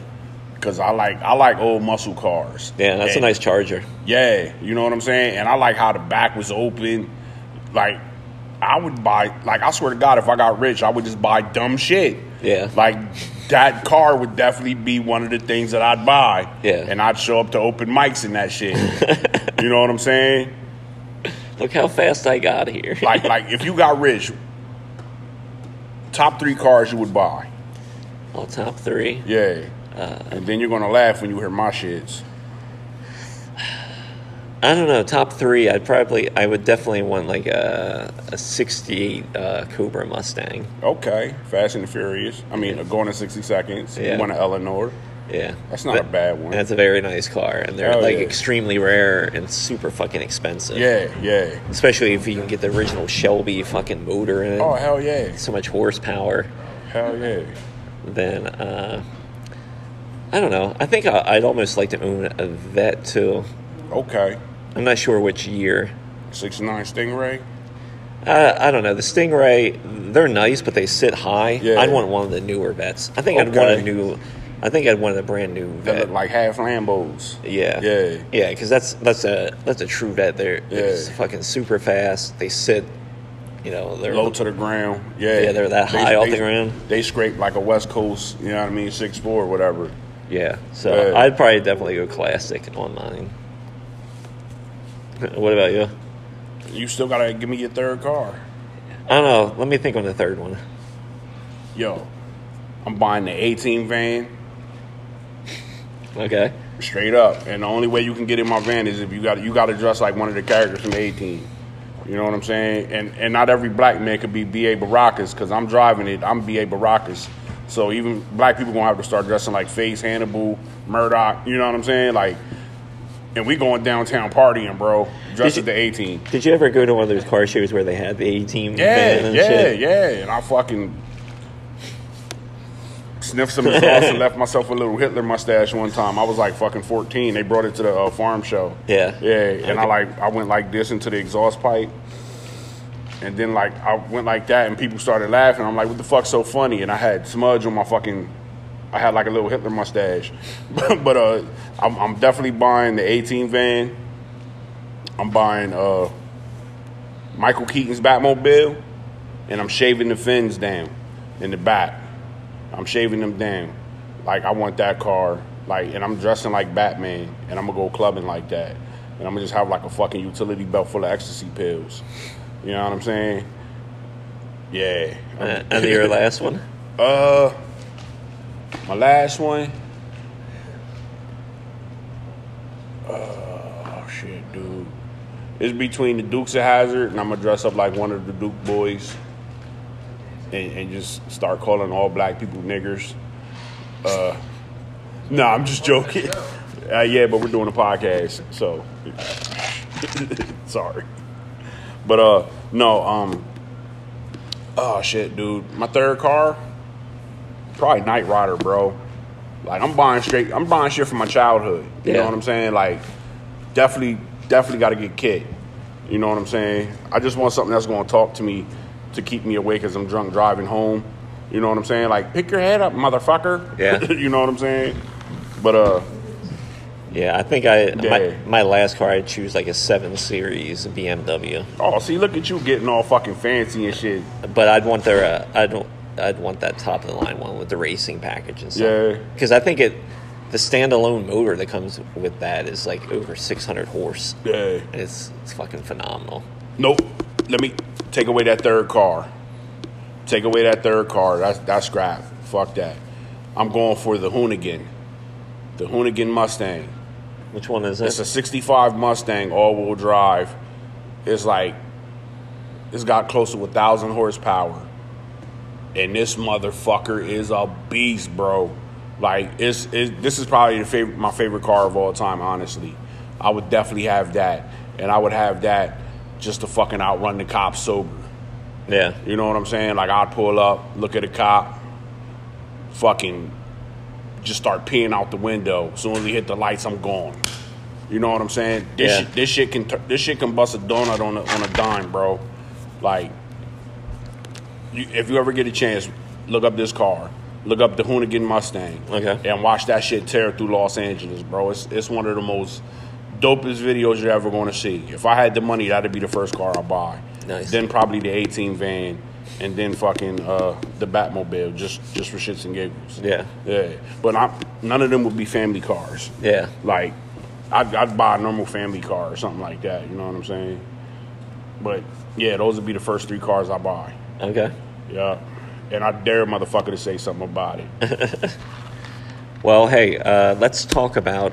Speaker 2: because I like I like old muscle cars.
Speaker 1: yeah, that's a
Speaker 2: And-
Speaker 1: nice charger.
Speaker 2: Yeah, you know what I'm saying. And I like how the back was open. Like I would buy like I swear to God, if I got rich, I would just buy dumb shit.
Speaker 1: Yeah.
Speaker 2: like that car would definitely be one of the things that I'd buy.
Speaker 1: Yeah.
Speaker 2: and I'd show up to open mics and that shit. you know what I'm saying?
Speaker 1: Look how fast I got here.
Speaker 2: Like, like if you got rich, top three cars you would buy.
Speaker 1: All top three.
Speaker 2: Yeah.
Speaker 1: Uh.
Speaker 2: and then you're gonna laugh when you hear my shits.
Speaker 1: I don't know. Top three, I'd probably, I would definitely want like a a '68 uh, Cobra Mustang.
Speaker 2: Okay, Fast and the Furious. I mean, going in 60 seconds.
Speaker 1: Yeah.
Speaker 2: You want an Eleanor?
Speaker 1: Yeah,
Speaker 2: That's not a bad one.
Speaker 1: That's a very nice car, and they're
Speaker 2: Oh,
Speaker 1: like
Speaker 2: yeah.
Speaker 1: extremely rare and super fucking expensive.
Speaker 2: Yeah, yeah.
Speaker 1: especially if you can get the original Shelby fucking motor in it.
Speaker 2: Oh hell Oh, yeah,
Speaker 1: so much horsepower.
Speaker 2: hell yeah.
Speaker 1: then uh, I don't know. I think I- I'd almost like to own a vet too.
Speaker 2: Okay.
Speaker 1: I'm not sure which year.
Speaker 2: Six nine Stingray.
Speaker 1: Uh, I don't know. The Stingray, they're nice, but they sit high.
Speaker 2: Yeah.
Speaker 1: I'd want one of the newer vets. I think I'd want
Speaker 2: Okay.
Speaker 1: a new. I think I'd want a brand new
Speaker 2: They
Speaker 1: vet.
Speaker 2: look like half Lambos.
Speaker 1: yeah,
Speaker 2: Yeah.
Speaker 1: yeah. Because that's that's a that's a true vet. They're
Speaker 2: Yeah.
Speaker 1: it's fucking super fast. They sit, you know, they're
Speaker 2: Low to the ground. Yeah.
Speaker 1: Yeah, they're that high off the ground.
Speaker 2: They scrape like a West Coast, you know what I mean, six four or whatever.
Speaker 1: yeah. So
Speaker 2: Yeah.
Speaker 1: I'd probably definitely go classic on mine. What about you?
Speaker 2: You still gotta give me your third car.
Speaker 1: I don't know. Let me think on the third one.
Speaker 2: Yo, I'm buying the 18 van
Speaker 1: Okay.
Speaker 2: straight up, and the only way you can get in my van is if you got you got to dress like one of the characters from 18. You know what I'm saying? And and not every black man could be B.A. Baracus because I'm driving it. I'm B.A. Baracus. So even black people gonna have to start dressing like Face Hannibal, Murdoch. You know what I'm saying? Like, and we going downtown partying, bro. Dressed
Speaker 1: Did
Speaker 2: as
Speaker 1: you-
Speaker 2: the 18.
Speaker 1: Did you ever go to one of those car shows where they had the A team?
Speaker 2: Yeah,
Speaker 1: and
Speaker 2: yeah,
Speaker 1: shit?
Speaker 2: yeah. And I fucking sniffed some sauce and left myself a little Hitler mustache one time. I was like fucking 14. They brought it to the uh, farm show.
Speaker 1: Yeah.
Speaker 2: Yeah. And I like, I went like this into the exhaust pipe. And then like, I went like that and people started laughing. I'm like, what the fuck's so funny? And I had smudge on my fucking. I had like a little Hitler mustache, but uh, I'm, I'm definitely buying the 18 van. I'm buying uh, Michael Keaton's Batmobile, and I'm shaving the fins down in the back. I'm shaving them down. Like I want that car. Like and I'm dressing like Batman, and I'm gonna go clubbing like that, and I'm gonna just have like a fucking utility belt full of ecstasy pills. You know what I'm saying? Yeah.
Speaker 1: Uh, and your last one?
Speaker 2: Uh, my last one. Uh, Oh shit, dude! It's between the Dukes of Hazard, and I'm gonna dress up like one of the Duke boys, and, and just start calling all black people niggers. Uh, no, I'm just joking. Uh, yeah, but we're doing a podcast, so sorry. But uh, no, um, oh shit, dude, my third car probably Knight Rider, bro. Like I'm buying straight, I'm buying shit from my childhood. You know
Speaker 1: Yeah.
Speaker 2: what I'm saying? Like definitely, definitely got to get kicked. You know what I'm saying? I just want something that's going to talk to me to keep me awake as I'm drunk driving home. You know what I'm saying? Like pick your head up, motherfucker.
Speaker 1: Yeah.
Speaker 2: you know what I'm saying? But uh,
Speaker 1: Yeah, I think I
Speaker 2: Yeah.
Speaker 1: my, my last car I'd choose like a seven series BMW,
Speaker 2: oh, see, look at you getting all fucking fancy and shit.
Speaker 1: but I'd want their uh, I don't I'd want that top of the line one with the racing package and stuff.
Speaker 2: Yeah.
Speaker 1: because I think it the standalone motor that comes with that is like over 600 horse.
Speaker 2: Yeah.
Speaker 1: It's it's fucking phenomenal.
Speaker 2: Uh, Nope. Let me take away that third car. Take away that third car. That's that's scrap. Fuck that. I'm going for the Hoonigan. The Hoonigan Mustang.
Speaker 1: Which one is
Speaker 2: It's a
Speaker 1: this?
Speaker 2: '65 Mustang, all-wheel drive. It's like it's got close to a thousand horsepower, and this motherfucker is a beast, bro. Like it's, it, this is probably the favorite, my favorite car of all time. Honestly, I would definitely have that, and I would have that just to fucking outrun the cops sober.
Speaker 1: Yeah,
Speaker 2: You know what I'm saying? Like I'd pull up, look at a cop, fucking just start peeing out the window. As soon as he hit the lights, I'm gone. You know what I'm saying? This
Speaker 1: Yeah.
Speaker 2: shit, this shit can tur- this shit can bust a donut on a, on a dime, bro. Like, you, if you ever get a chance, look up this car. Look up the Hoonigan Mustang.
Speaker 1: Okay.
Speaker 2: And watch that shit tear through Los Angeles, bro. It's it's one of the most dopest videos you're ever going to see. If I had the money, that'd be the first car I buy.
Speaker 1: Nice.
Speaker 2: Then probably the 18 van, and then fucking uh, the Batmobile, just just for shits and giggles.
Speaker 1: Yeah.
Speaker 2: yeah. But I'm, none of them would be family cars.
Speaker 1: yeah.
Speaker 2: Like, I'd, I'd buy a normal family car or something like that. You know what I'm saying? But yeah, those would be the first three cars I buy.
Speaker 1: Okay.
Speaker 2: Yeah. And I dare a motherfucker to say something about it.
Speaker 1: Well, hey, uh, let's talk about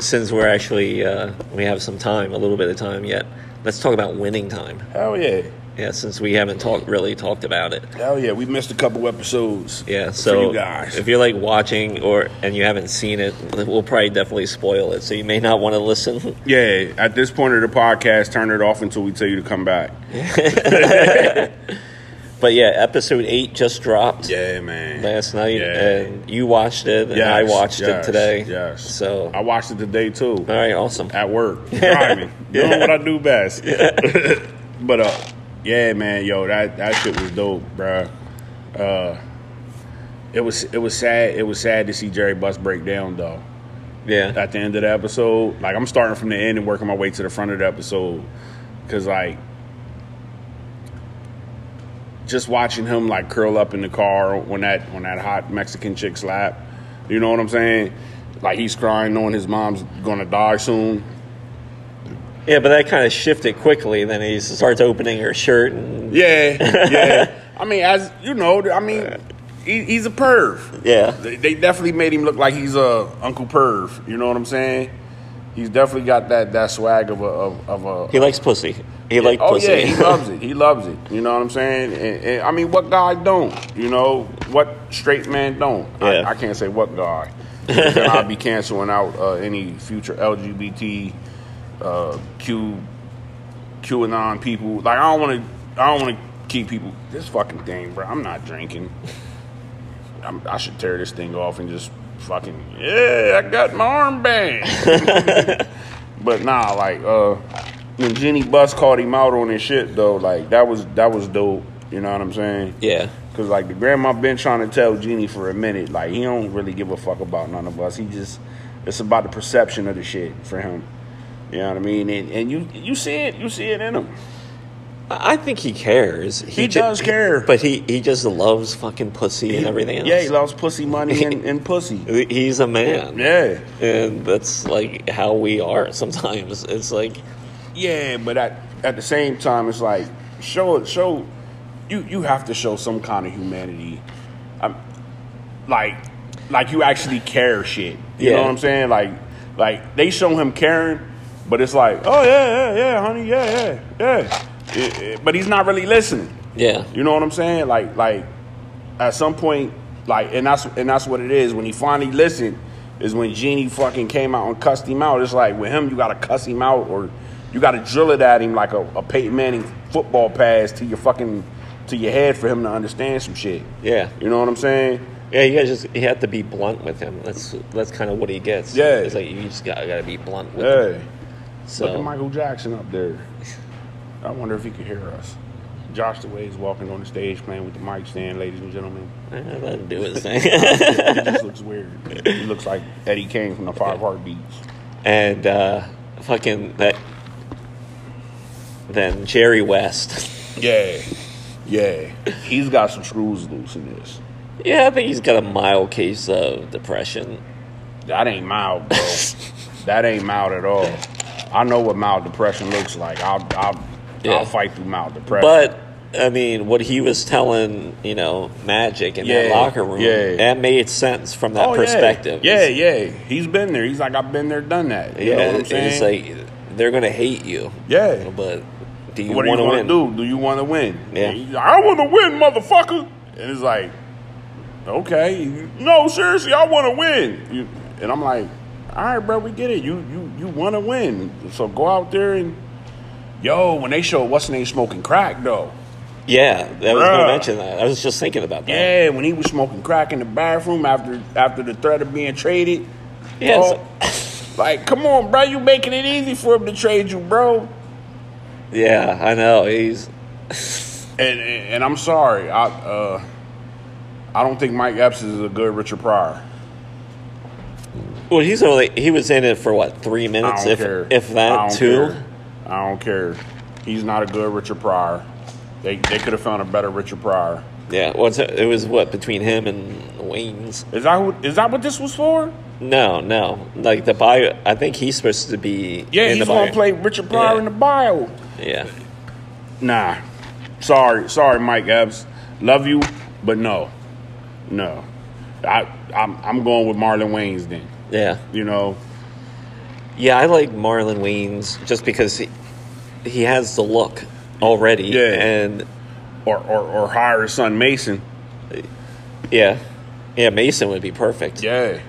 Speaker 1: since we're actually uh, we have some time, a little bit of time yet. Let's talk about winning time.
Speaker 2: Hell yeah.
Speaker 1: Yeah, since we haven't talked really talked about it.
Speaker 2: Hell yeah. We missed a couple episodes.
Speaker 1: Yeah, so
Speaker 2: you guys.
Speaker 1: if you're like watching or and you haven't seen it, we'll probably definitely spoil it. So you may not want to listen.
Speaker 2: Yeah. At this point of the podcast, turn it off until we tell you to come back.
Speaker 1: But yeah, episode eight just dropped
Speaker 2: Yeah, man.
Speaker 1: last night,
Speaker 2: Yeah.
Speaker 1: and you watched it, and I
Speaker 2: Yes,
Speaker 1: watched
Speaker 2: yes,
Speaker 1: it today.
Speaker 2: Yes.
Speaker 1: So,
Speaker 2: I
Speaker 1: all
Speaker 2: watched it today too.
Speaker 1: right, awesome.
Speaker 2: at work, driving, doing what I do best. but uh, yeah, man, yo, that that shit was dope, bruh. Uh, it was it was sad. It was sad to see Jerry Bus break down though.
Speaker 1: Yeah.
Speaker 2: At the end of the episode, like I'm starting from the end and working my way to the front of the episode, cause like just watching him like curl up in the car on that on that hot Mexican chick's lap. You know what I'm saying? Like he's crying, knowing his mom's gonna die soon.
Speaker 1: Yeah, but that kind of shifted quickly. Then he starts opening her shirt, and
Speaker 2: Yeah, yeah. I mean, as you know, I mean, he, he's a perv.
Speaker 1: yeah,
Speaker 2: They, they definitely made him look like he's a Uncle Perv. You know what I'm saying? He's definitely got that that swag of a of, of a.
Speaker 1: he likes pussy. He likes
Speaker 2: oh
Speaker 1: pussy.
Speaker 2: yeah, he loves it. He loves it. You know what I'm saying? And, and I mean, what guy don't? You know what straight man don't?
Speaker 1: Yeah.
Speaker 2: I, I can't say what guy. 'cause then I'll be canceling out uh, any future LGBT uh, Q QAnon people. Like I don't want to. I don't want to keep people. This fucking thing, bro. I'm not drinking. I'm, I should tear this thing off and just fucking yeah. I got my armband. but nah, like uh, when Jenny Bus called him out on his shit though, like that was that was dope. You know what I'm saying?
Speaker 1: yeah,
Speaker 2: Cause like the grandma been trying to tell Genie for a minute, like he don't really give a fuck about none of us. He just it's about the perception of the shit for him. You know what I mean? And and you you see it, you see it in him.
Speaker 1: I I think he cares. He, ju-
Speaker 2: does care.
Speaker 1: but he he just loves fucking pussy and everything else.
Speaker 2: Yeah, he loves pussy money and, and pussy.
Speaker 1: he's a man.
Speaker 2: Yeah.
Speaker 1: and that's like how we are sometimes. It's like
Speaker 2: Yeah, but at at the same time it's like show it show you you have to show some kind of humanity. I'm like like you actually care shit. You know
Speaker 1: Yeah.
Speaker 2: what I'm saying? Like like they show him caring, but it's like, oh yeah, yeah, yeah, honey, yeah, yeah, yeah. It- it- but he's not really listening.
Speaker 1: yeah,
Speaker 2: You know what I'm saying? Like like at some point, like and that's and that's what it is. When he finally listened, is when Genie fucking came out and cussed him out. It's like with him, you gotta cuss him out or you gotta drill it at him like a, a Peyton Manning football pass to your fucking to your head for him to understand some shit.
Speaker 1: yeah,
Speaker 2: You know what I'm saying?
Speaker 1: yeah. You guys just you have to be blunt with him. That's that's kind of what he gets.
Speaker 2: Yeah.
Speaker 1: it's like you just got gotta be blunt with him.
Speaker 2: Yeah. Look at
Speaker 1: So
Speaker 2: Michael Jackson up there. I wonder if he could hear us. Josh DeWay is walking on the stage playing with the mic stand, ladies and gentlemen.
Speaker 1: eh, that'll do his thing.
Speaker 2: He just looks weird. He looks like Eddie Kane from the Five Heartbeats.
Speaker 1: and uh, fucking that. Then Jerry West.
Speaker 2: Yeah, yeah. He's got some screws loose in this.
Speaker 1: yeah, I think he's got a mild case of depression.
Speaker 2: That ain't mild, bro. that ain't mild at all. I know what mild depression looks like. I'll, I'll,
Speaker 1: Yeah.
Speaker 2: I'll fight through mild depression.
Speaker 1: But I mean, what he was telling you know Magic in that
Speaker 2: Yeah,
Speaker 1: locker room
Speaker 2: yeah.
Speaker 1: that made sense from that
Speaker 2: Oh, yeah.
Speaker 1: perspective.
Speaker 2: Yeah. yeah, He's been there. He's like, I've been there, done that. You
Speaker 1: yeah,
Speaker 2: know what I'm saying?
Speaker 1: it's like they're gonna hate you.
Speaker 2: Yeah.
Speaker 1: but do you
Speaker 2: what do you
Speaker 1: want to win?
Speaker 2: want to do? Do you want to win?
Speaker 1: Yeah.
Speaker 2: He's like, I want to win, motherfucker. And it's like, okay, no, seriously, I want to win. You, and I'm like, all right, bro, we get it. You you you want to win, so go out there and. Yo, when they show what's name smoking crack though.
Speaker 1: Yeah, I was gonna
Speaker 2: Bruh.
Speaker 1: mention that. I was just thinking about that.
Speaker 2: Yeah, when he was smoking crack in the bathroom after after the threat of being traded.
Speaker 1: Yeah,
Speaker 2: Oh, like, come on, bro, you making it easy for him to trade you, bro.
Speaker 1: yeah, I know. He's
Speaker 2: And, and and I'm sorry, I uh, I don't think Mike Epps is a good Richard Pryor.
Speaker 1: well, he's only he was in it for what three minutes,
Speaker 2: I don't
Speaker 1: if
Speaker 2: care.
Speaker 1: if
Speaker 2: I
Speaker 1: that
Speaker 2: don't
Speaker 1: too.
Speaker 2: care. I don't care. He's not a good Richard Pryor. They they could have found a better Richard Pryor.
Speaker 1: Yeah, what's it, it was what between him and Wayne's.
Speaker 2: Is that who, is that what this was for?
Speaker 1: No, no, like the bio. I think he's supposed to be.
Speaker 2: Yeah,
Speaker 1: in
Speaker 2: he's
Speaker 1: the
Speaker 2: gonna
Speaker 1: bio.
Speaker 2: play Richard Pryor
Speaker 1: Yeah.
Speaker 2: in the bio.
Speaker 1: Yeah,
Speaker 2: Nah, sorry, sorry, Mike Epps. Love you, but no, no. I I'm I'm going with Marlon Wayne's then.
Speaker 1: yeah,
Speaker 2: You know,
Speaker 1: yeah. I like Marlon Wayne's just because he he has the look already.
Speaker 2: Yeah.
Speaker 1: and
Speaker 2: or or, or hire his son Mason.
Speaker 1: yeah, yeah. Mason would be perfect.
Speaker 2: Yeah.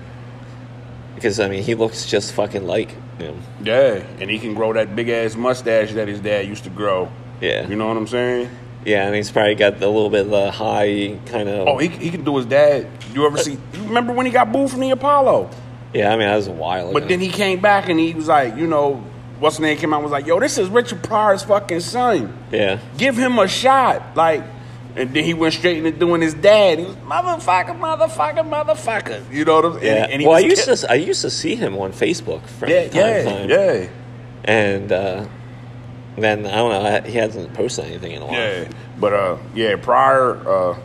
Speaker 1: because I mean he looks just fucking like him.
Speaker 2: Yeah, and he can grow that big ass mustache that his dad used to grow.
Speaker 1: Yeah.
Speaker 2: You know what I'm saying?
Speaker 1: Yeah, and he's probably got the little bit of the high kind of.
Speaker 2: Oh, he, he can do his dad. You ever see? You remember when he got booed from the Apollo?
Speaker 1: yeah, I mean that was a while ago.
Speaker 2: But then he came back and he was like, you know, what's his name came out and was like, yo, this is Richard Pryor's fucking son.
Speaker 1: yeah,
Speaker 2: Give him a shot. Like, and then he went straight into doing his dad. He was motherfucker, motherfucker, motherfucker. You know what I'm saying?
Speaker 1: yeah.
Speaker 2: And, and he
Speaker 1: well, I
Speaker 2: was
Speaker 1: used
Speaker 2: ki-
Speaker 1: to I used to see him on Facebook from
Speaker 2: Yeah,
Speaker 1: time to
Speaker 2: yeah,
Speaker 1: time.
Speaker 2: yeah.
Speaker 1: And uh, then I don't know. He hasn't posted anything in a while.
Speaker 2: Yeah. But uh yeah, Pryor, uh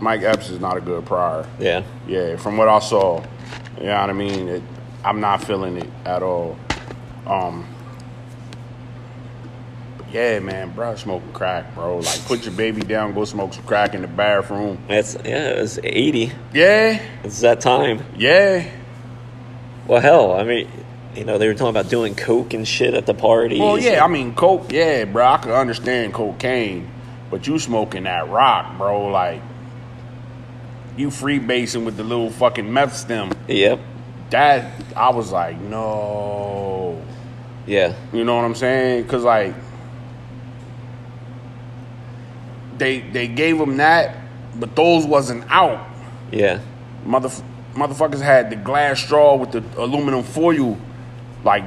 Speaker 2: Mike Epps is not a good prior.
Speaker 1: Yeah.
Speaker 2: Yeah, from what I saw, you know what I mean. It, I'm not feeling it at all. Um, yeah, man, bro, smoking crack, bro. Like, put your baby down, go smoke some crack in the bathroom.
Speaker 1: That's yeah. It was eighty.
Speaker 2: Yeah,
Speaker 1: It's that time.
Speaker 2: yeah.
Speaker 1: Well, hell, I mean, you know, they were talking about doing coke and shit at the parties.
Speaker 2: Well, yeah. I mean, coke. Yeah, bro. I could understand cocaine, but you smoking that rock, bro. Like, you freebasing with the little fucking meth stem.
Speaker 1: Yep.
Speaker 2: That I was like, no.
Speaker 1: Yeah.
Speaker 2: You know what I'm saying? Because like they they gave him that, but those wasn't out.
Speaker 1: Yeah.
Speaker 2: Mother motherfuckers had the glass straw with the aluminum foil. Like,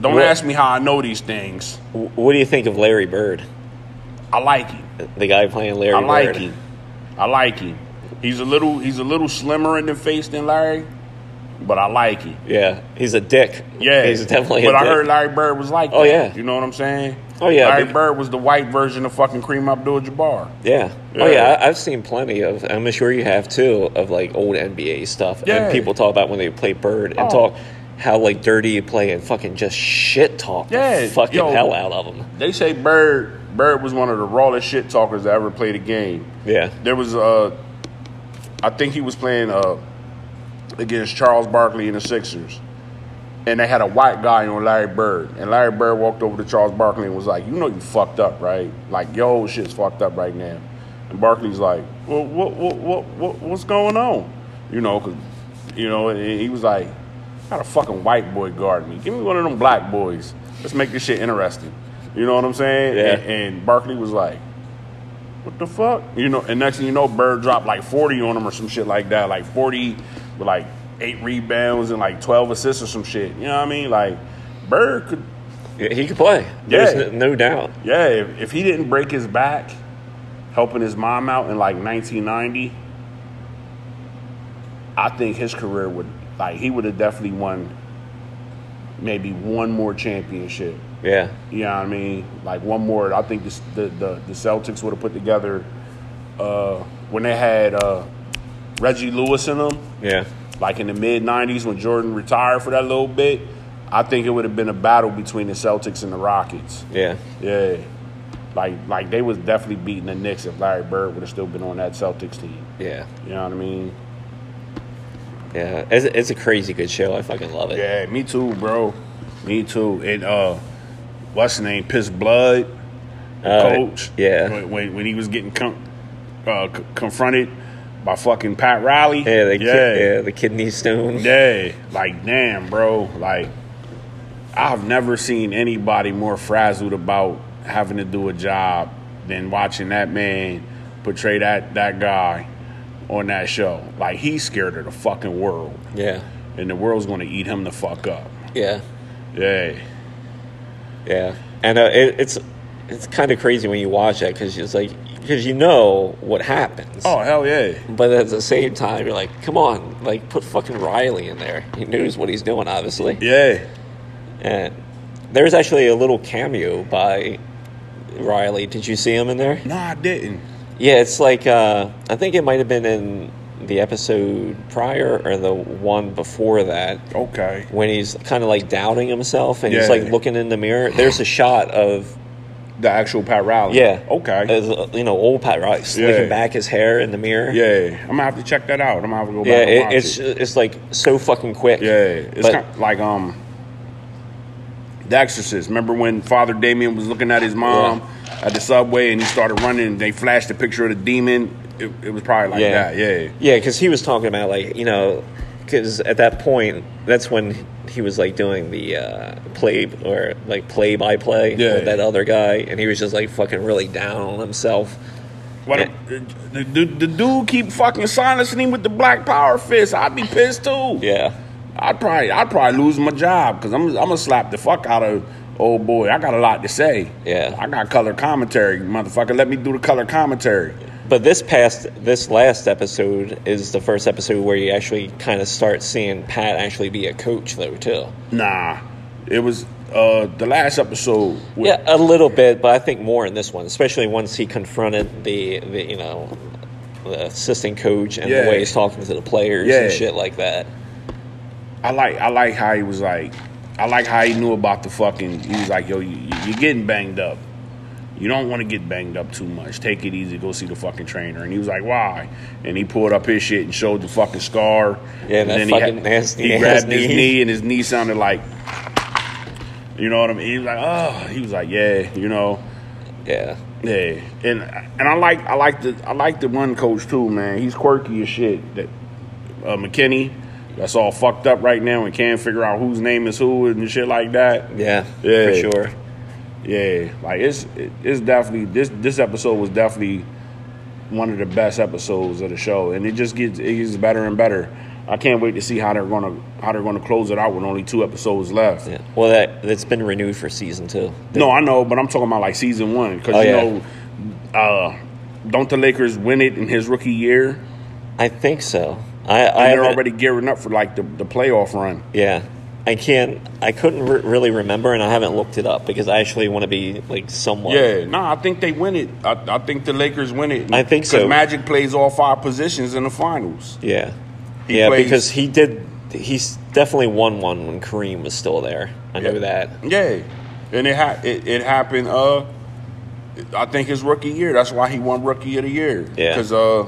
Speaker 2: don't
Speaker 1: Well-
Speaker 2: ask me how I know these things.
Speaker 1: W- what do you think of Larry Bird?
Speaker 2: I like him.
Speaker 1: The guy playing Larry
Speaker 2: I like
Speaker 1: Bird.
Speaker 2: him. I like him. He's a little he's a little slimmer in the face than Larry, but I like him.
Speaker 1: Yeah, he's a dick.
Speaker 2: Yeah,
Speaker 1: he's definitely.
Speaker 2: But
Speaker 1: a
Speaker 2: I
Speaker 1: dick.
Speaker 2: heard Larry Bird was like,
Speaker 1: Oh,
Speaker 2: that.
Speaker 1: yeah.
Speaker 2: you know what I'm saying?
Speaker 1: Oh, yeah,
Speaker 2: Larry
Speaker 1: but-
Speaker 2: Bird was the white version of fucking Kareem Abdul-Jabbar.
Speaker 1: Yeah. Oh
Speaker 2: Yeah.
Speaker 1: yeah, I, I've seen plenty of. I'm sure you have too of like old NBA stuff,
Speaker 2: Yeah.
Speaker 1: and people talk about when they play Bird and
Speaker 2: Oh.
Speaker 1: talk how like dirty you play and fucking just shit talk
Speaker 2: Yeah,
Speaker 1: the fucking
Speaker 2: yo.
Speaker 1: hell out of them.
Speaker 2: They say Bird Bird was one of the rawest shit talkers that ever played a game.
Speaker 1: Yeah.
Speaker 2: There was uh, I think he was playing uh against Charles Barkley and the Sixers, and they had a white guy on Larry Bird, and Larry Bird walked over to Charles Barkley and was like, "You know you fucked up, right? Like your whole shit's fucked up right now." And Barkley's like, "Well, what, what, what, what what's going on? You know, 'cause, you know." And he was like, "Got a fucking white boy guarding me. Give me one of them black boys. Let's make this shit interesting." You know what I'm saying?
Speaker 1: Yeah.
Speaker 2: And, and Barkley was like, what the fuck? You know, and next thing you know, Bird dropped like 40 on him or some shit like that. Like 40 with like eight rebounds and like 12 assists or some shit. You know what I mean? Like, Bird could,
Speaker 1: Yeah, He could play. There's
Speaker 2: Yeah.
Speaker 1: n- no doubt.
Speaker 2: yeah, if, if he didn't break his back helping his mom out in like 1990, I think his career would, like, he would have definitely won maybe one more championship.
Speaker 1: Yeah.
Speaker 2: You know what I mean? Like one more. I think this, the, the the Celtics would have put together uh, when they had uh, Reggie Lewis in them,
Speaker 1: Yeah.
Speaker 2: like in the mid '90s when Jordan retired for that little bit. I think it would have been a battle between the Celtics and the Rockets.
Speaker 1: Yeah.
Speaker 2: Yeah, like like they was definitely beating the Knicks if Larry Bird would have still been on that Celtics team.
Speaker 1: Yeah.
Speaker 2: You know what I mean?
Speaker 1: Yeah. It's, it's a crazy good show. I fucking love it.
Speaker 2: Yeah, me too, bro. Me too. And uh, what's his name? Piss Blood,
Speaker 1: Uh,
Speaker 2: coach.
Speaker 1: yeah.
Speaker 2: When, when when he was getting com- uh, c- confronted by fucking Pat Riley.
Speaker 1: Yeah. The
Speaker 2: yeah.
Speaker 1: Kid, yeah. The kidney stones.
Speaker 2: Yeah, like damn, bro. Like I've never seen anybody more frazzled about having to do a job than watching that man portray that that guy on that show. Like he's scared of the fucking world,
Speaker 1: Yeah.
Speaker 2: and the world's gonna eat him the fuck up.
Speaker 1: Yeah.
Speaker 2: Yeah,
Speaker 1: Yeah, and uh, it, it's it's kind of crazy when you watch that because it's like because you know what happens.
Speaker 2: Oh hell yeah!
Speaker 1: But at the same time, you're like, come on, like put fucking Riley in there. He knows what he's doing, obviously.
Speaker 2: Yeah.
Speaker 1: And there's actually a little cameo by Riley. Did you see him in there?
Speaker 2: No, I didn't.
Speaker 1: Yeah, it's like uh, I think it might have been in the episode prior or the one before that
Speaker 2: Okay.
Speaker 1: when he's kind of like doubting himself and he's
Speaker 2: Yeah.
Speaker 1: like looking in the mirror. There's a shot of
Speaker 2: The actual Pat Riley.
Speaker 1: Yeah.
Speaker 2: Okay.
Speaker 1: As, uh, you know, old Pat Rice
Speaker 2: Yeah.
Speaker 1: slicking back his hair in the mirror.
Speaker 2: Yeah, I'm gonna have to check that out. I'm gonna have to go back.
Speaker 1: Yeah,
Speaker 2: and
Speaker 1: it,
Speaker 2: watch
Speaker 1: it's
Speaker 2: it.
Speaker 1: it's like so fucking quick.
Speaker 2: yeah, it's
Speaker 1: but-
Speaker 2: kind of like um, The Exorcist. Remember when Father Damien was looking at his mom at the subway and he started running? and They flashed a picture of the demon. It, it was probably like
Speaker 1: Yeah.
Speaker 2: that. Yeah.
Speaker 1: yeah, because he was talking about like you know, because at that point, that's when he was like doing the uh, play or like play by play
Speaker 2: Yeah,
Speaker 1: with that
Speaker 2: yeah.
Speaker 1: other guy, and he was just like fucking really down on himself.
Speaker 2: What the, the, the dude keep fucking silencing him with the black power fist. I'd be pissed too.
Speaker 1: Yeah,
Speaker 2: I'd probably I'd probably lose my job because I'm I'm gonna slap the fuck out of old boy. I got a lot to say.
Speaker 1: Yeah.
Speaker 2: I got color commentary, motherfucker. Let me do the color commentary.
Speaker 1: but this past this last episode is the first episode where you actually kind of start seeing Pat actually be a coach though too.
Speaker 2: Nah, it was uh the last episode. With,
Speaker 1: Yeah, a little bit, but I think more in this one, especially once he confronted the, the you know the assistant coach and the
Speaker 2: Yeah.
Speaker 1: way he's talking to the players
Speaker 2: Yeah.
Speaker 1: and shit like that.
Speaker 2: I like I like how he was like I like how he knew about the fucking. He was like, yo, you, you- you're getting banged up. You don't want to get banged up too much. Take it easy. Go see the fucking trainer. And he was like, why? And he pulled up his shit and showed the fucking scar.
Speaker 1: Yeah, that
Speaker 2: he
Speaker 1: fucking nasty
Speaker 2: He
Speaker 1: ass
Speaker 2: grabbed his
Speaker 1: knee.
Speaker 2: knee and his knee sounded like. You know what I mean? He was like, oh, he was like, yeah, you know.
Speaker 1: Yeah,
Speaker 2: Yeah, and and I like I like the I like the one coach too, man. He's quirky as shit. That uh, McKinney, that's all fucked up right now and can't figure out whose name is who and shit like that.
Speaker 1: yeah,
Speaker 2: Yeah.
Speaker 1: for sure.
Speaker 2: Yeah, like it's it's definitely this this episode was definitely one of the best episodes of the show, and it just gets it gets better and better. I can't wait to see how they're gonna how they're gonna close it out with only two episodes left.
Speaker 1: Yeah. Well, that that's been renewed for season two.
Speaker 2: No, I know, but I'm talking about like season one because
Speaker 1: Oh,
Speaker 2: you
Speaker 1: yeah.
Speaker 2: know, uh, don't the Lakers win it in his rookie year?
Speaker 1: I think so. I I
Speaker 2: And they're
Speaker 1: haven't-
Speaker 2: already gearing up for like the, the playoff run.
Speaker 1: yeah. I can't. I couldn't re- really remember, and I haven't looked it up because I actually want to be like somewhat.
Speaker 2: no, I think they win it. I, I think the Lakers win it.
Speaker 1: I think so.
Speaker 2: Magic plays all five positions in the finals.
Speaker 1: Yeah.
Speaker 2: He
Speaker 1: yeah,
Speaker 2: plays-
Speaker 1: because he did. He's definitely won one when Kareem was still there. I know that.
Speaker 2: Yeah, and it ha- it, it happened. Uh, I think his rookie year. That's why he won rookie of the year.
Speaker 1: Yeah.
Speaker 2: because uh,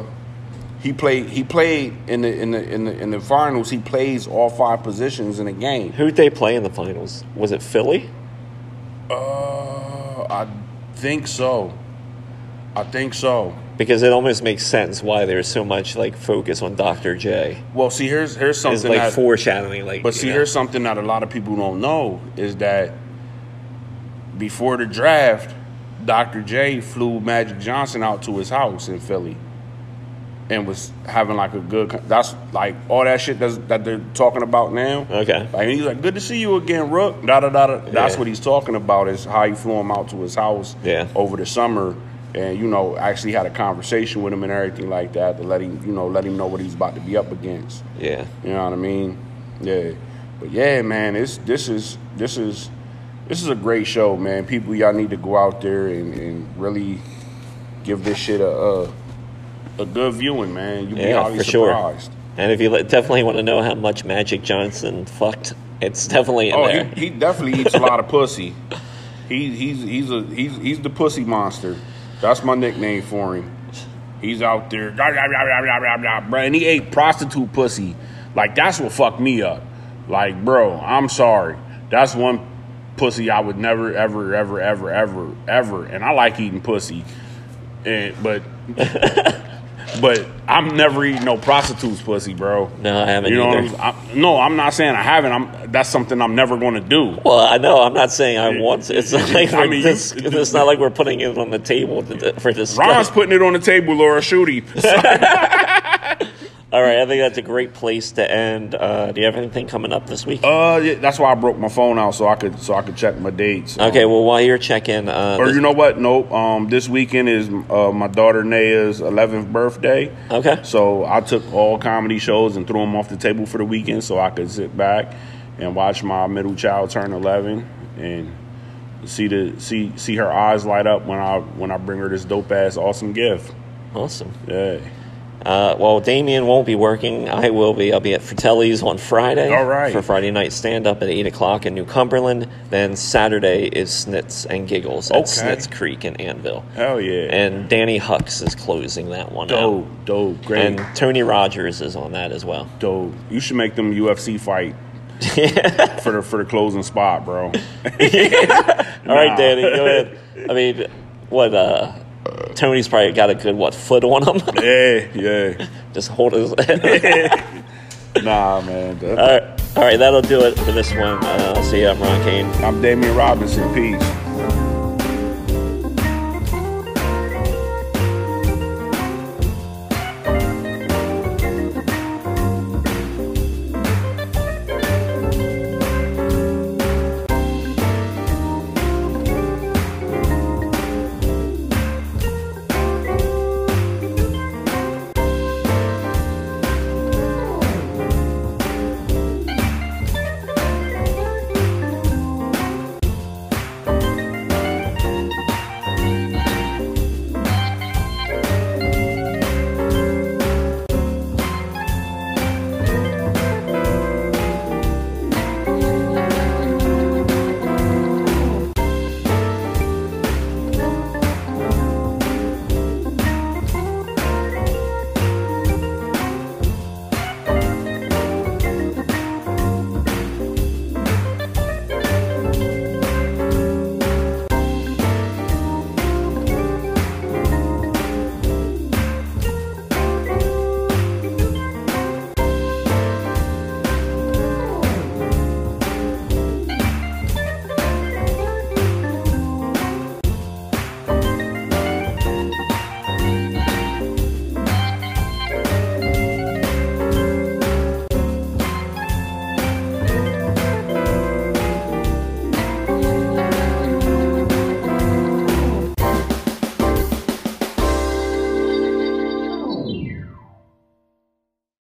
Speaker 2: he played he played in the in the in the in the finals. He plays all five positions in a game.
Speaker 1: Who'd they play in the finals? Was it Philly?
Speaker 2: Uh, I think so. I think so.
Speaker 1: Because it almost makes sense why there's so much like focus on Dr. J.
Speaker 2: Well, see, here's here's
Speaker 1: It's
Speaker 2: something
Speaker 1: like
Speaker 2: that,
Speaker 1: foreshadowing, like.
Speaker 2: but
Speaker 1: you
Speaker 2: see,
Speaker 1: know.
Speaker 2: here's something that a lot of people don't know is that before the draft, Dr. J flew Magic Johnson out to his house in Philly, and was having like a good. con- That's like all that shit that's, that they're talking about now.
Speaker 1: Okay.
Speaker 2: Like he's like, "Good to see you again, Rook." Da da da. da. That's
Speaker 1: Yeah.
Speaker 2: what he's talking about is how he flew him out to his house
Speaker 1: Yeah.
Speaker 2: over the summer, and you know actually had a conversation with him and everything like that to let him you know let him know what he's about to be up against.
Speaker 1: Yeah.
Speaker 2: You know what I mean? Yeah. But yeah, man, it's this is this is this is a great show, man. People, y'all need to go out there and, and really give this shit a a, a good viewing, man. You'd be
Speaker 1: Yeah,
Speaker 2: highly
Speaker 1: for sure.
Speaker 2: surprised.
Speaker 1: And if you li- definitely want to know how much Magic Johnson fucked, it's definitely in
Speaker 2: Oh,
Speaker 1: there.
Speaker 2: he, he definitely eats a lot of pussy. He he's he's a he's he's the pussy monster. That's my nickname for him. He's out there, blah, blah, blah, blah, blah, blah, blah, bro, and he ate prostitute pussy. Like that's what fucked me up. Like, bro, I'm sorry. That's one pussy I would never, ever, ever, ever, ever, ever. And I like eating pussy, and but. But I'm never eating no prostitutes pussy, bro.
Speaker 1: No, I haven't
Speaker 2: You know
Speaker 1: either.
Speaker 2: what I'm, I, no, I'm not saying I haven't. I'm that's something I'm never going to do.
Speaker 1: well, I know. I'm not saying I want. to. It's not like
Speaker 2: I
Speaker 1: we're
Speaker 2: mean,
Speaker 1: dis-
Speaker 2: you-
Speaker 1: it's not like we're putting it on the table to, for discussion.
Speaker 2: Ron's putting it on the table, Laura Shooty.
Speaker 1: All right, I think that's a great place to end. Uh, do you have anything coming up this week?
Speaker 2: uh, yeah, that's why I broke my phone out so I could so I could check my dates.
Speaker 1: okay, well, while you're checking, uh,
Speaker 2: Or
Speaker 1: this-
Speaker 2: you know what? Nope. Um, this weekend is uh, my daughter Naya's 11th birthday.
Speaker 1: okay,
Speaker 2: So I took all comedy shows and threw them off the table for the weekend so I could sit back and watch my middle child turn 11 and see the see see her eyes light up when I when I bring her this dope ass awesome gift.
Speaker 1: awesome.
Speaker 2: Yeah.
Speaker 1: Uh, well, Damien won't be working. I will be. I'll be at Fratelli's on Friday.
Speaker 2: All right.
Speaker 1: For Friday night stand up at 8 o'clock in New Cumberland. Then Saturday is Snits and Giggles at
Speaker 2: Okay.
Speaker 1: Snits Creek in Anvil.
Speaker 2: Hell yeah.
Speaker 1: And Danny Hucks is closing that one
Speaker 2: dope,
Speaker 1: out.
Speaker 2: dope, Oh, great.
Speaker 1: And Tony Rogers is on that as well.
Speaker 2: Dope. You should make them UFC fight for the for the closing spot, bro.
Speaker 1: All right,
Speaker 2: Nah.
Speaker 1: Danny, go ahead. I mean, what, uh, Tony's probably got a good, what, foot on him?
Speaker 2: Yeah, yeah.
Speaker 1: Just hold his.
Speaker 2: Nah, man. that-
Speaker 1: Uh, all right, all right, that'll do it for this one. Uh, I'll see you. I'm Ron Kane.
Speaker 2: I'm Damian Robinson. Peace.